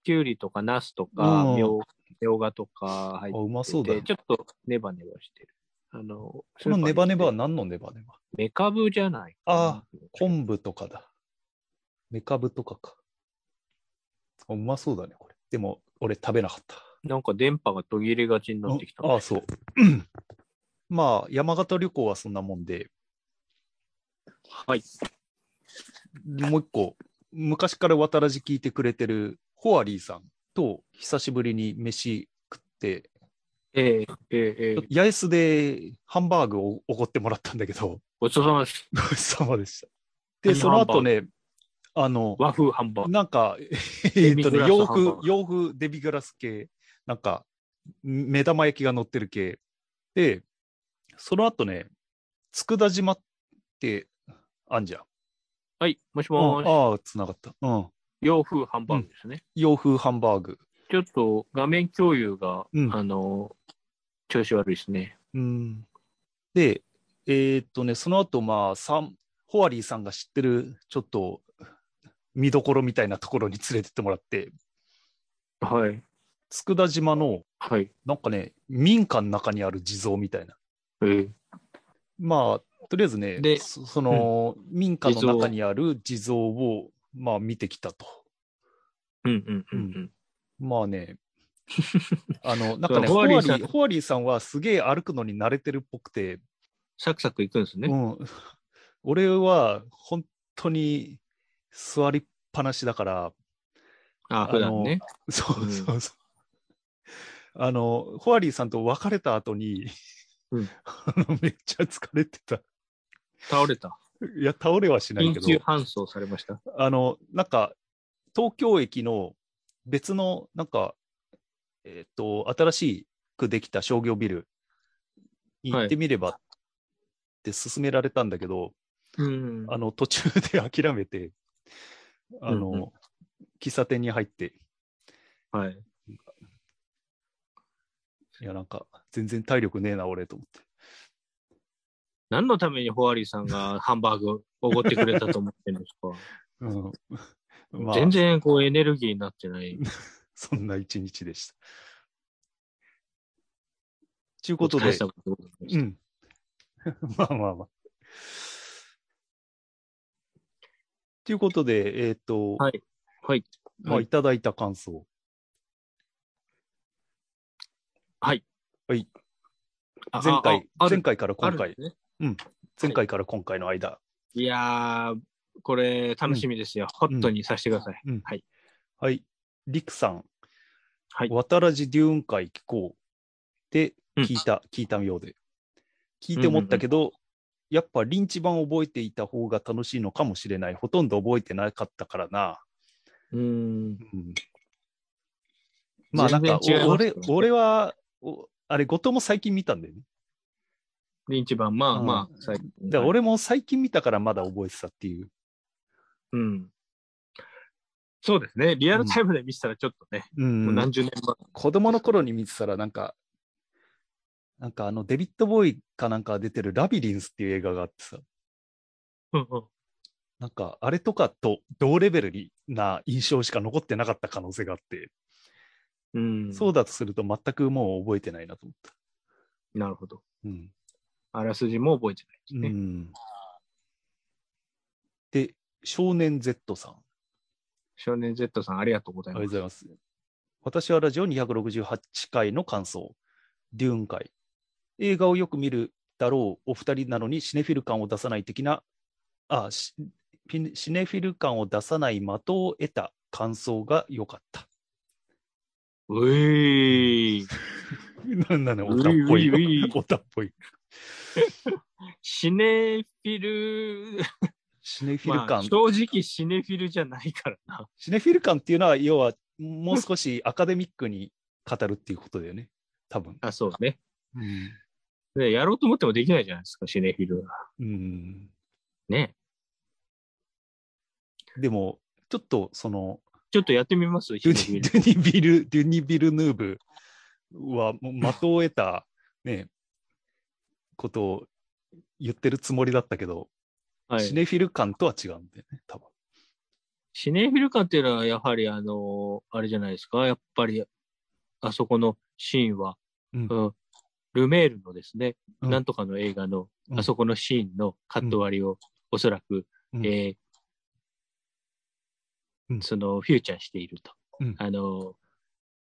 Speaker 2: きゅうりとかナスと
Speaker 1: う
Speaker 2: か
Speaker 1: ん、
Speaker 2: みょうみょうがとか入
Speaker 1: あ
Speaker 2: っ
Speaker 1: うま
Speaker 2: てて
Speaker 1: そうだ。
Speaker 2: ちょっとネバネバしてる。あの、こ
Speaker 1: このネバネバは何のネバネバ
Speaker 2: メカブじゃない
Speaker 1: あ昆布とかだ。メカブとかか。あうまそうだね、これ。でも、俺食べなかった。
Speaker 2: なんか電波が途切れがちになってきた。
Speaker 1: ああ、そう。まあ、山形旅行はそんなもんで、
Speaker 2: はい。
Speaker 1: もう一個、昔から渡らじ聞いてくれてるホアリーさんと久しぶりに飯食って、
Speaker 2: ええええええ
Speaker 1: 八重洲でハンバーグをおごってもらったんだけど、
Speaker 2: ごちそうさまです。
Speaker 1: ごちそうさまでした。で、
Speaker 2: 何
Speaker 1: その後ね、あの、
Speaker 2: 和風ハンバーグ。
Speaker 1: なんか、えっと
Speaker 2: デミグ
Speaker 1: ね、
Speaker 2: ラス
Speaker 1: 洋
Speaker 2: ハンバ
Speaker 1: 風
Speaker 2: ー、グ
Speaker 1: 洋風デビグラス系、なんか、目玉焼きが乗ってる系。で、その後ね、佃島ってあんじゃん。
Speaker 2: はい、もし
Speaker 1: う
Speaker 2: も
Speaker 1: ん
Speaker 2: ーし。
Speaker 1: ああ、つながった。うん。
Speaker 2: 洋風ハンバーグですね。
Speaker 1: 洋風ハンバーグ。
Speaker 2: ちょっと画面共有が、
Speaker 1: うん
Speaker 2: あの、調子悪いですね。
Speaker 1: うん。で、えーっとね、その後、まあ、さんホワリーさんが知ってる、ちょっと、見どころみたいなところに連れてってもらって、
Speaker 2: はい。
Speaker 1: 佃島の、
Speaker 2: はい。
Speaker 1: なんかね、民家の中にある地蔵みたいな。
Speaker 2: ええ
Speaker 1: まあ、とりあえずね、
Speaker 2: で
Speaker 1: そその、民家の
Speaker 2: 地
Speaker 1: 中
Speaker 2: 蔵
Speaker 1: にある地蔵を、まあ、見てきたと。
Speaker 2: うんうんうんうん。
Speaker 1: まあ ね、あの、なんかね、ホ
Speaker 2: ホ
Speaker 1: ワ
Speaker 2: ワ
Speaker 1: リー
Speaker 2: リーさん
Speaker 1: ホワリーさんはすげえ歩くのに慣れてるっぽくて、
Speaker 2: サクサクいくんですね。
Speaker 1: うん、俺は本当に座りっぱなしだから、
Speaker 2: あ、普段ね。
Speaker 1: そうそうそう。あの、ホワリーさんと別れた後に、
Speaker 2: うん
Speaker 1: あのめっちゃ疲れてた。
Speaker 2: 倒れた。
Speaker 1: いや、倒れはしない
Speaker 2: 緊
Speaker 1: けど。
Speaker 2: 急搬送されました。
Speaker 1: あの、なんか、東京駅の別の、なんか、えっ、と、新しくできた商業ビルに行ってみればって勧められたんだけど、
Speaker 2: うん
Speaker 1: あの、途中で諦めて、あの、
Speaker 2: うんう
Speaker 1: 喫茶店に入って、
Speaker 2: はい。
Speaker 1: いや、なんか、全然体力ねえな、俺、と思って。
Speaker 2: 何のためにホワリーさんがハンバーグおごってくれたと思ってるんですか、
Speaker 1: うん。 まあ、
Speaker 2: 全然こうエネルギーになってない。
Speaker 1: そんな一日でした。ちゅう
Speaker 2: こ
Speaker 1: こと
Speaker 2: と
Speaker 1: で
Speaker 2: で、したことでございま
Speaker 1: う
Speaker 2: す
Speaker 1: ん。 まあまあまあ。ということで、えっ、と、
Speaker 2: はいはい。
Speaker 1: まあ、いただいた感想。
Speaker 2: はい。
Speaker 1: はい
Speaker 2: あ。
Speaker 1: 前回、
Speaker 2: ああある
Speaker 1: 前回から
Speaker 2: あ
Speaker 1: 今
Speaker 2: るん
Speaker 1: 回
Speaker 2: で、すね。
Speaker 1: 前回から今回の間。
Speaker 2: いやー、これ楽しみですよ。ホットにさせてください。
Speaker 1: うん
Speaker 2: はい。
Speaker 1: はい。りくさん、
Speaker 2: はい。
Speaker 1: 渡らじデューン会聞こうって聞いた、聞いたようで。聞いて思ったけど、やっぱリンチ版覚えていた方が楽しいのかもしれない。ほとんど覚えてなかったからな。
Speaker 2: うーん。
Speaker 1: うんまあなんか、
Speaker 2: 全然違い
Speaker 1: お
Speaker 2: ます
Speaker 1: 俺
Speaker 2: よね、
Speaker 1: 俺は、おあれ、後藤も最近見たんだよね。
Speaker 2: リンチ版、まあ
Speaker 1: うん
Speaker 2: まあ、最近
Speaker 1: だから俺も最近見たからまだ覚えてたっていう。
Speaker 2: うん。そうですね。リアルタイムで見せたらちょっとね、
Speaker 1: う、
Speaker 2: もうん何十年前。
Speaker 1: 子供の頃に見てたらなんか、なんかあのデビッド・ボーイかなんかが出てるラビリンスっていう映画があってさ、
Speaker 2: うんうん
Speaker 1: なんかあれとかと同レベルにな印象しか残ってなかった可能性があって、
Speaker 2: うん、
Speaker 1: そうだとすると全くもう覚えてないなと思った。
Speaker 2: なるほど。
Speaker 1: うん。
Speaker 2: あらすじも覚えてないですね。
Speaker 1: うん、で、少年 Z さん。
Speaker 2: 少年 Z さん、ありがとうござい
Speaker 1: ありがと
Speaker 2: ま
Speaker 1: うご
Speaker 2: す。
Speaker 1: ざいます。私はラジオ268回の感想、デューン会。映画をよく見るだろうお二人なのにシネフィル感を出さない的な、あ、シピンシネフィル感を出さない的を得た感想が良かった。
Speaker 2: うえー、
Speaker 1: なんなのオタっぽ
Speaker 2: ういうい
Speaker 1: い。
Speaker 2: う
Speaker 1: オタっぽい。
Speaker 2: シネフィル、
Speaker 1: シネフィル
Speaker 2: まあ、
Speaker 1: 感。
Speaker 2: 正直シネフィルじゃないからな。
Speaker 1: シネフィル感っていうのは、要はもう少しアカデミックに語るっていうことだよね。多分。
Speaker 2: あ、そうね。
Speaker 1: うん。
Speaker 2: でやろうと思ってもできないじゃないですか、シネフィルは。
Speaker 1: うん
Speaker 2: ね。
Speaker 1: でも、ちょっとその、
Speaker 2: ちょっとやって みますシ
Speaker 1: ド
Speaker 2: ネ
Speaker 1: ゥ
Speaker 2: フィ
Speaker 1: ニ
Speaker 2: ル。
Speaker 1: ドゥニビル、ドゥニビルヌーブは、もう的を得た、ね、ことを言ってるつもりだったけど、
Speaker 2: はい、
Speaker 1: シネフィル感とは違うんだよね、多分。
Speaker 2: シネフィル感っていうのは、やはりあのあれじゃないですか、やっぱり、あそこのシーンは、
Speaker 1: うん
Speaker 2: うんルメールのですね、
Speaker 1: うん
Speaker 2: なんとかの映画の、
Speaker 1: うん
Speaker 2: あそこのシーンのカット割りを、おそらく、
Speaker 1: うん
Speaker 2: えー
Speaker 1: うん
Speaker 2: その、フューチャーしていると。
Speaker 1: うん
Speaker 2: あの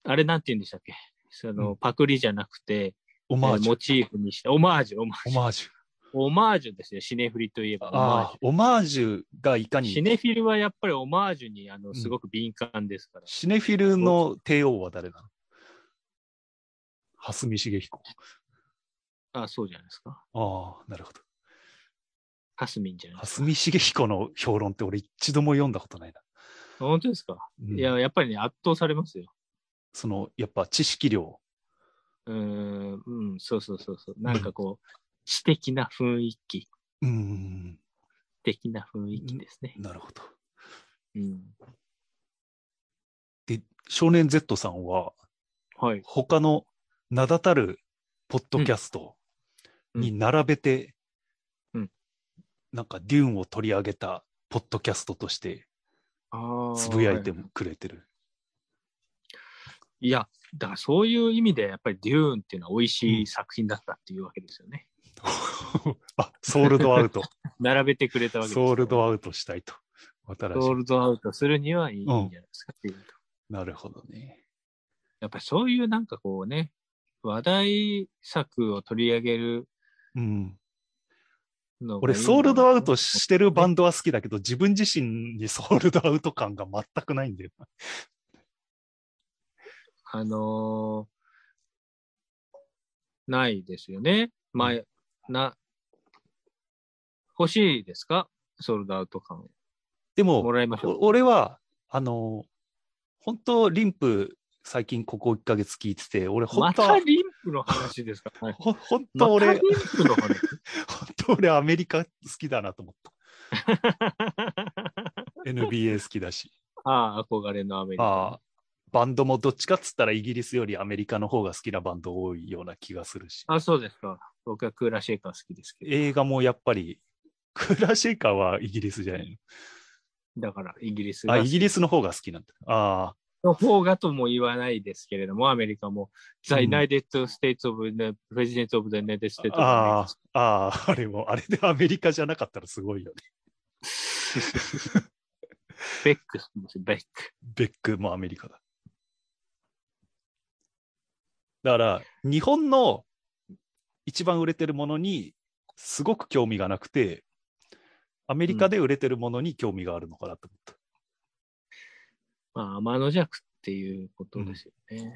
Speaker 2: あれなんて言うんでしたっけその、
Speaker 1: うん
Speaker 2: パクリじゃなくて、
Speaker 1: オマー
Speaker 2: えー
Speaker 1: ジュ
Speaker 2: モ。チーフにした、オマージュ、オマ
Speaker 1: オマージュ。
Speaker 2: オマージュですよ、シネフリといえば。オマージュ
Speaker 1: ああ、オマージュがいかに
Speaker 2: シ、ネフィルはやっぱりオマージュにあの
Speaker 1: ん
Speaker 2: すごく敏感ですから。
Speaker 1: シネフィルの帝王は誰なの蓮見茂彦。
Speaker 2: あそうじゃないですか。
Speaker 1: ああ、なるほど。
Speaker 2: ハスミンじゃないです
Speaker 1: 蓮見茂彦の評論って俺一度も読んだことないな。
Speaker 2: か。本当ですか、
Speaker 1: うん
Speaker 2: いや、やっぱりね、圧倒されますよ。
Speaker 1: その、やっぱ知識量。
Speaker 2: うーん、うん、そうそうそうそう。なんかこう、知的な雰囲気、
Speaker 1: うーん、
Speaker 2: 的な雰囲気ですね。
Speaker 1: なるほど。
Speaker 2: うん。
Speaker 1: で、少年 Z さんは、
Speaker 2: はい。
Speaker 1: 他の名だたるポッドキャストに並べて、
Speaker 2: うん
Speaker 1: なんかデューンを取り上げたポッドキャストとして
Speaker 2: ああ
Speaker 1: つぶやいてくれてる。
Speaker 2: いや、だからそういう意味で、やっぱりデューンっていうのは美味しい作品だったっていうわけですよね。
Speaker 1: あ、ソールドア ウト。
Speaker 2: 並べてくれたわけですよ
Speaker 1: ソールドアウトしたいと。渡らし
Speaker 2: ソー
Speaker 1: い。
Speaker 2: ルドアウトするにはいいんじゃないですか、っていうと
Speaker 1: なるほどね。
Speaker 2: やっぱりそういうなんかこうね、話題作を取り上げる
Speaker 1: うん。
Speaker 2: のがい
Speaker 1: 俺、
Speaker 2: い
Speaker 1: ソールドアウト
Speaker 2: し
Speaker 1: してるバンドは好きだけど、自分自身にソールドアウト感が全くないんだよな。
Speaker 2: あのーないですよね。まあ、な、欲しいですかソールドアウト感を
Speaker 1: でも、
Speaker 2: もらいましょう。
Speaker 1: お俺は、あの、本当、リンプ、最近ここ1ヶ月聞いてて、俺、
Speaker 2: ま
Speaker 1: 本当は、
Speaker 2: たリンプの話ですか、はい、
Speaker 1: ほ本
Speaker 2: ま
Speaker 1: 当
Speaker 2: た
Speaker 1: 俺、
Speaker 2: リンプ の話。
Speaker 1: 本当俺、アメリカ好きだなと思った。NBA 好きだし。
Speaker 2: ああ、憧れのアメリカ。
Speaker 1: まあ、バンドもどっちかっつったらイギリスよりアメリカの方が好きなバンド多いような気がするし。
Speaker 2: あそうですか。僕はクーラーシェイカー好きですけど。
Speaker 1: 映画もやっぱり、クーラーシェイカーはイギリスじゃない
Speaker 2: だから、イギリス
Speaker 1: の。
Speaker 2: が
Speaker 1: あ、イギリスの方が好きなんだ。ああ、
Speaker 2: の方がとも言わないですけれども、アメリカも、The
Speaker 1: うん
Speaker 2: United States of the President of the United States of
Speaker 1: あ
Speaker 2: America
Speaker 1: あ、ああ、あれも、あれでアメリカじゃなかったらすごいよね。
Speaker 2: ベック、すみません、ベック。
Speaker 1: ベックもアメリカだ。だから、日本の一番売れてるものにすごく興味がなくて、アメリカで売れてるものに興味があるのかなと思った。
Speaker 2: まあ、天の弱っていうことですよね。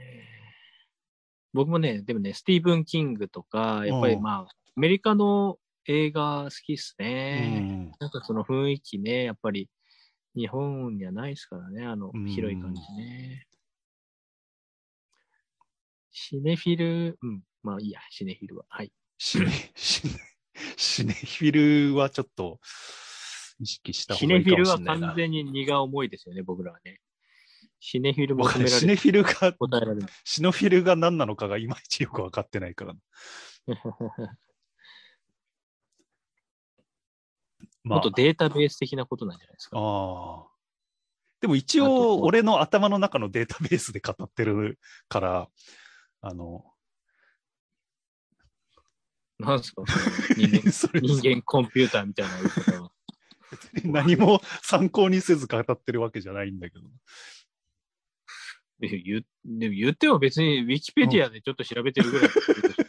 Speaker 2: 僕もね、でもね、スティーブン・キングとか、やっぱり
Speaker 1: うん
Speaker 2: まあ、アメリカの映画好きっす
Speaker 1: う
Speaker 2: ね。
Speaker 1: ん
Speaker 2: なんかその雰囲気ね、やっぱり日本にはないですからね、あの
Speaker 1: うん
Speaker 2: 広い感じね。シネフィル、うん、まあいいや、シネフィルは。はい。
Speaker 1: シネ、シネ、シネフィルはちょっと意識した
Speaker 2: シ
Speaker 1: 方がい
Speaker 2: ネ
Speaker 1: いか
Speaker 2: フィ
Speaker 1: も
Speaker 2: ル
Speaker 1: し
Speaker 2: は
Speaker 1: れないな
Speaker 2: 完。全に荷が重いですよね、僕らはね。シネフィルも
Speaker 1: わかんな
Speaker 2: 求め
Speaker 1: い
Speaker 2: ら
Speaker 1: シ
Speaker 2: れ
Speaker 1: ネ
Speaker 2: る。
Speaker 1: フィルが、
Speaker 2: 答えられる。
Speaker 1: シノフィルが何なのかがいまいちよく分かってないからな。ま
Speaker 2: もっとデータベース的なことなんじゃないですか。
Speaker 1: ああ。でも一
Speaker 2: あと
Speaker 1: 応、
Speaker 2: こう
Speaker 1: 俺の頭の中のデータベースで語ってるから、あの、
Speaker 2: なんですか、その人 間
Speaker 1: それ
Speaker 2: 人間コンピューターみたいな言い方は。
Speaker 1: 別に何も参考にせず語ってるわけじゃないんだけど。
Speaker 2: 言でも言っても別にウィキペディアでちょっと調べてるぐらいのことでしょ。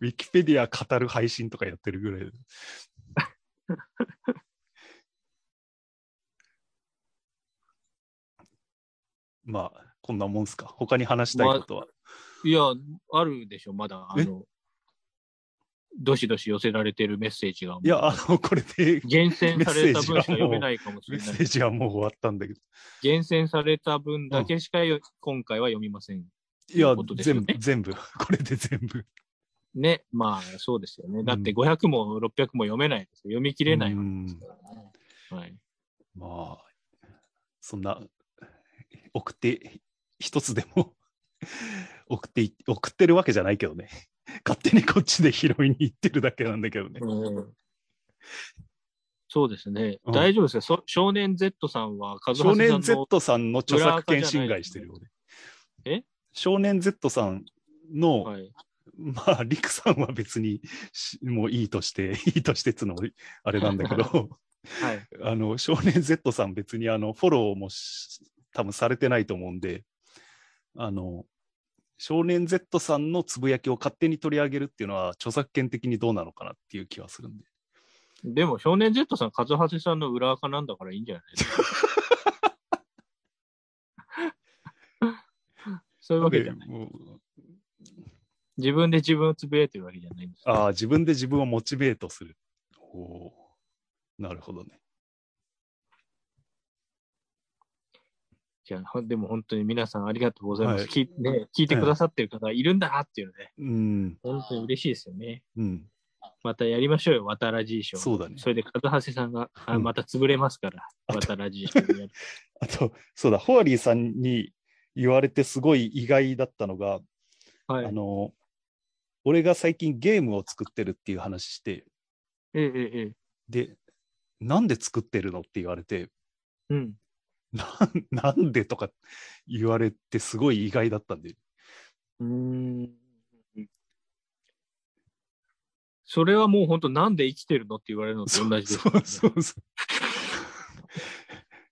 Speaker 1: ウィキペディア語る配信とかやってるぐらいで。 まあ、こんなもんすか。他に話したいことは。
Speaker 2: いや、あるでしょ、まだ。あの、どしどし寄せられてるメッセージが。
Speaker 1: いや、あの、これで
Speaker 2: 厳選された分しか読めないかもし
Speaker 1: メ
Speaker 2: れ
Speaker 1: ッ
Speaker 2: な
Speaker 1: セー
Speaker 2: い。
Speaker 1: ジはもう終わったんだけど。
Speaker 2: 厳選された分だけしかよ、今回は読みません。
Speaker 1: いや、
Speaker 2: ということですよ
Speaker 1: 全
Speaker 2: ね
Speaker 1: 部、全部。これで全部。
Speaker 2: ね、まあそうですよね。だっ
Speaker 1: う
Speaker 2: て
Speaker 1: ん
Speaker 2: 500も600も読めないですよ。読み切れないわけですからね。はい。
Speaker 1: まあ、そんな、送って、一つでも 送ってい、送ってるわけじゃないけどね。 勝手にこっちで拾いに行ってるだけなんだけどね。
Speaker 2: うんそうですね。
Speaker 1: うん
Speaker 2: 大丈夫ですかそ少年 Z さんは、カズハ
Speaker 1: 少
Speaker 2: セさ
Speaker 1: 年
Speaker 2: んの
Speaker 1: Z さんの著作権侵害してるよね。
Speaker 2: え
Speaker 1: 少年 Z さんの、
Speaker 2: はい、
Speaker 1: まあ、リクさんは別にしもういいとして、いいとしてっつうのもあれなんだけ ど、
Speaker 2: はい。
Speaker 1: あの少年 Z さん、別にあのフォローもし多分されてないと思うんで、あの少年 Z さんのつぶやきを勝手に取り上げるっていうのは、著作権的にどうなのかなっていう気はするんで。
Speaker 2: でも、少年 Z さん、カズハセさんの裏垢なんだからいいんじゃないですか。 そういうわけじゃない。
Speaker 1: もう
Speaker 2: 自分で自分をつぶやいてるわけじゃないんですよ。
Speaker 1: ああ、自分で自分をモチベートする。おーなるほどね。
Speaker 2: じゃあ、ほんでも本当に皆さんありがとうございます。
Speaker 1: はい
Speaker 2: 聞いね、聞いてくださってる方がいるんだなっていうのね、
Speaker 1: うん、
Speaker 2: 本当に嬉しいですよね。
Speaker 1: うん、
Speaker 2: またやりましょうよ、わたらじい賞。
Speaker 1: そうだね。
Speaker 2: それで、カズハセさんが、あ
Speaker 1: うん
Speaker 2: また潰れますから、
Speaker 1: あと
Speaker 2: わたらじい 賞でやる。
Speaker 1: あと、そうだ、ホアリーさんに言われてすごい意外だったのが、
Speaker 2: はい
Speaker 1: あ。の、俺が最近ゲームを作ってるっていう話して、
Speaker 2: ええええええ。
Speaker 1: で、なんで作ってるのって言われて、
Speaker 2: うん。
Speaker 1: なんなんでとか言われてすごい意外だったんで、
Speaker 2: うーんそれはもう本当なんで生きてるのって言われるのと同じです
Speaker 1: そ
Speaker 2: よ
Speaker 1: う
Speaker 2: ね、
Speaker 1: そうそう。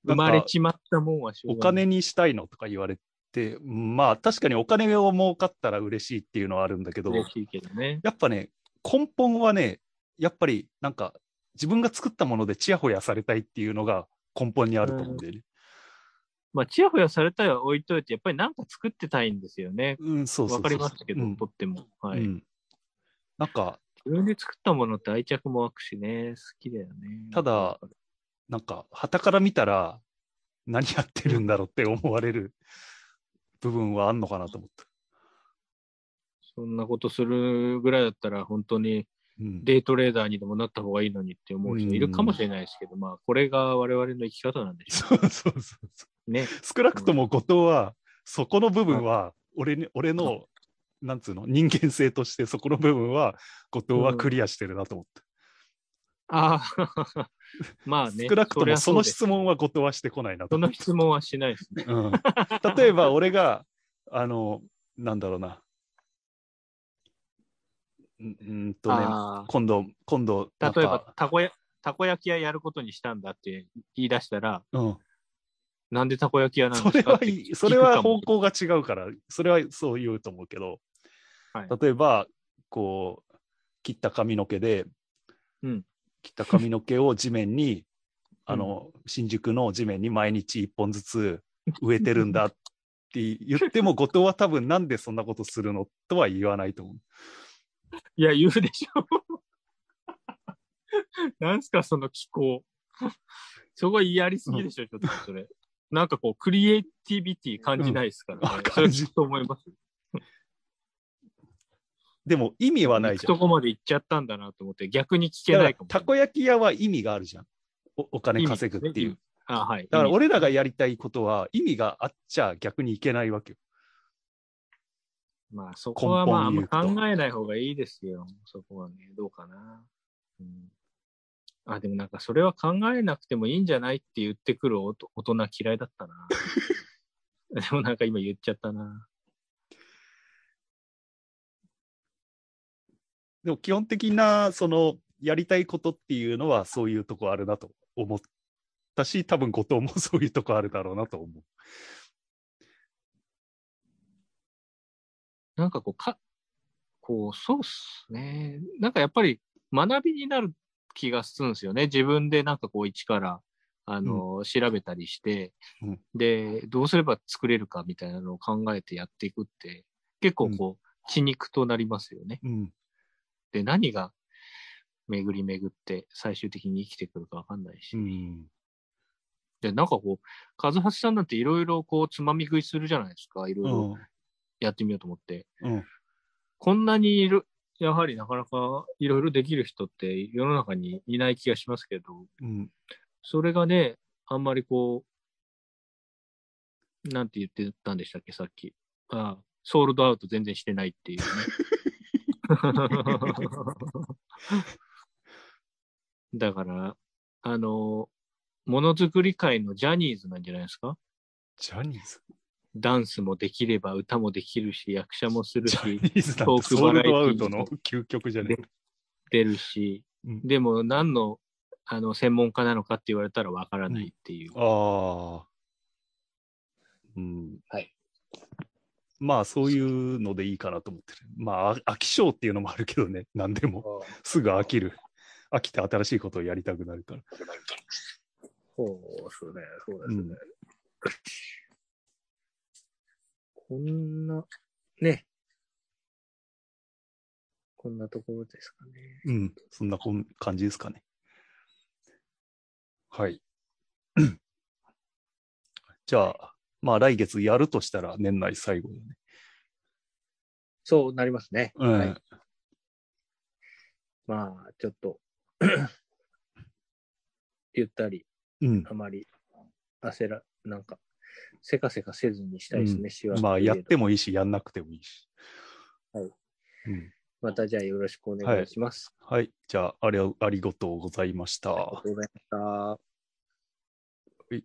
Speaker 2: 生ま
Speaker 1: な
Speaker 2: れ
Speaker 1: んか
Speaker 2: ちまったもんはしょ
Speaker 1: お
Speaker 2: うがない
Speaker 1: 金にしたいのとか言われて、まあ確かにお金を儲かったら嬉しいっていうのはあるんだけど、
Speaker 2: 嬉しいけどね。
Speaker 1: やっぱね、根本はね、やっぱりなんか自分が作ったものでちやほやされたいっていうのが根本にあると思うんだよね。
Speaker 2: まあ、ちやほやされたら置いといて、やっぱりなんか作ってたいんですよね。
Speaker 1: うん、そうそうそう
Speaker 2: わかりますけど、
Speaker 1: うん
Speaker 2: とっても。は
Speaker 1: う
Speaker 2: い。
Speaker 1: んなんか、
Speaker 2: 自分で作ったものって愛着も湧くしね、好きだよね。
Speaker 1: ただ、なんか、旗から見たら、何やってるんだろうって思われる部分はあんのかなと思った。
Speaker 2: そんなことするぐらいだったら、本当に
Speaker 1: うん、
Speaker 2: デイトレーダーにでもなった方がいいのにって思う人いるかもしれないですけど、まあ、これが我々の生き方なんでしょ
Speaker 1: そうそうそうそう
Speaker 2: ね。
Speaker 1: う。少なくとも後藤は、そこの部分は、俺に俺の、なんつうの、人間性として、そこの部分は、後藤はクリアしてるなと思った。
Speaker 2: ああ、 まあね。
Speaker 1: 少なくともその
Speaker 2: りゃうです
Speaker 1: 質問は後藤はしてこないなと
Speaker 2: そ
Speaker 1: 思
Speaker 2: の
Speaker 1: った。
Speaker 2: 質問はしないですね。
Speaker 1: うん、例えば俺が、あの、なんだろうな。うーんとね、
Speaker 2: あ
Speaker 1: 今度、今度、
Speaker 2: あ
Speaker 1: なんか
Speaker 2: 例えば、たこやたこ焼き屋やることにしたんだって言い出したら、
Speaker 1: うん。
Speaker 2: なんでたこ焼き屋なん
Speaker 1: そ
Speaker 2: で
Speaker 1: れ
Speaker 2: すかっ
Speaker 1: は
Speaker 2: て
Speaker 1: い
Speaker 2: 聞
Speaker 1: い、
Speaker 2: く
Speaker 1: それは
Speaker 2: かも
Speaker 1: 方向が違うから、それはそう言うと思うけど、
Speaker 2: はい
Speaker 1: 例えば、こう、切った髪の毛で、
Speaker 2: うん
Speaker 1: 切った髪の毛を地面に、あの、新宿の地面に毎日1本ずつ植えてるんだって言っても、後藤は多分なんでそんなことするのとは言わないと思う。
Speaker 2: いや、言うでしょ。 なんすか、その気候。そこ嫌りすぎでしょ、ちょっとそれ。なんかこう、クリエイティビティ感じないですから、ね
Speaker 1: うんあ
Speaker 2: それ
Speaker 1: 感じ
Speaker 2: ちょっと思います。
Speaker 1: でも意味はない
Speaker 2: 行く
Speaker 1: じゃん。
Speaker 2: とこまで行っちゃったんだなと思って、逆に聞け
Speaker 1: だか
Speaker 2: な
Speaker 1: ら
Speaker 2: いかも。
Speaker 1: たこ焼き屋は意味があるじゃん。おお金稼ぐってい
Speaker 2: 意味ですね
Speaker 1: う
Speaker 2: 意味。あ、はい。
Speaker 1: だから
Speaker 2: 意味
Speaker 1: 俺らがやりたいことは意味があっちゃ逆にいけないわけよ。
Speaker 2: まあ、そこはまあ、あん
Speaker 1: 根本
Speaker 2: ま
Speaker 1: に言うと
Speaker 2: 考えない方がいいですよ。そこはね、どうかな。うん、あ、でもなんか、それは考えなくてもいいんじゃないって言ってくるおと大人嫌いだっ たな。でもなんか今言っちゃったな。
Speaker 1: でも基本的なそのやりたいことっていうのはそういうとこあるなと思ったし多分後藤もそういうとこあるだろうなと思う。
Speaker 2: なんかこう、か、こう、そうっすね。なんかやっぱり学びになる気がするんですよね。自分でなんかこう、一から、あの、調べたりして、
Speaker 1: うん
Speaker 2: で、どうすれば作れるかみたいなのを考えてやっていくって、結構こう、血肉となりますよね。
Speaker 1: うん、
Speaker 2: で、何が巡り巡って最終的に生きてくるかわかんないし。
Speaker 1: うん、
Speaker 2: で、なんかこう、和橋さんなんていろいろこう、つまみ食いするじゃないですか。いろいうろ
Speaker 1: ん、
Speaker 2: やってみようと思って。
Speaker 1: うん、
Speaker 2: こんなにいる、やはりなかなかいろいろできる人って世の中にいない気がしますけど、
Speaker 1: うん、
Speaker 2: それがね、あんまりこう、なんて言ってたんでしたっけ、さっき。ああソールドアウト全然してない っていうね。だから、あの、ものづくり界のジャニーズなんじゃないですか
Speaker 1: ジャニーズ。
Speaker 2: ダンスもできれば歌もできるし、役者もする
Speaker 1: ジ
Speaker 2: し。
Speaker 1: ャニーズなん
Speaker 2: ト
Speaker 1: て
Speaker 2: ーク
Speaker 1: ソールドア
Speaker 2: バラエ
Speaker 1: ウ
Speaker 2: ティ
Speaker 1: ト
Speaker 2: ー
Speaker 1: の究極じゃねえ。
Speaker 2: 出るし、
Speaker 1: うん
Speaker 2: でも何のあの専門家なのかって言われたらわからないっていう。
Speaker 1: ああ。うん。
Speaker 2: はい。
Speaker 1: まあそういうのでいいかなと思ってる。まああ飽き性っていうのもあるけどね、何でも。すぐ飽きる。飽きて新しいことをやりたくなるから。
Speaker 2: そうですね、そう
Speaker 1: ですね。
Speaker 2: こんな、ね。こんなところですかね。
Speaker 1: うん、そんなこん感じですかね。はい。 じゃあ、まあ来月やるとしたら年内最後だね。
Speaker 2: そうなりますね。
Speaker 1: うん。
Speaker 2: はいまあ、ちょっと、 ゆったり、
Speaker 1: うん。
Speaker 2: あまり焦ら、なんか、せかせかせずにしたいですね、
Speaker 1: うん
Speaker 2: しわ
Speaker 1: まあやっ
Speaker 2: といえ
Speaker 1: てもいいし、やんなくてもいいし。
Speaker 2: はい
Speaker 1: うん。
Speaker 2: どまたじゃあよろしくお願いします。
Speaker 1: はい。じゃあ、あれをありがとうございました。
Speaker 2: ありがとうございました。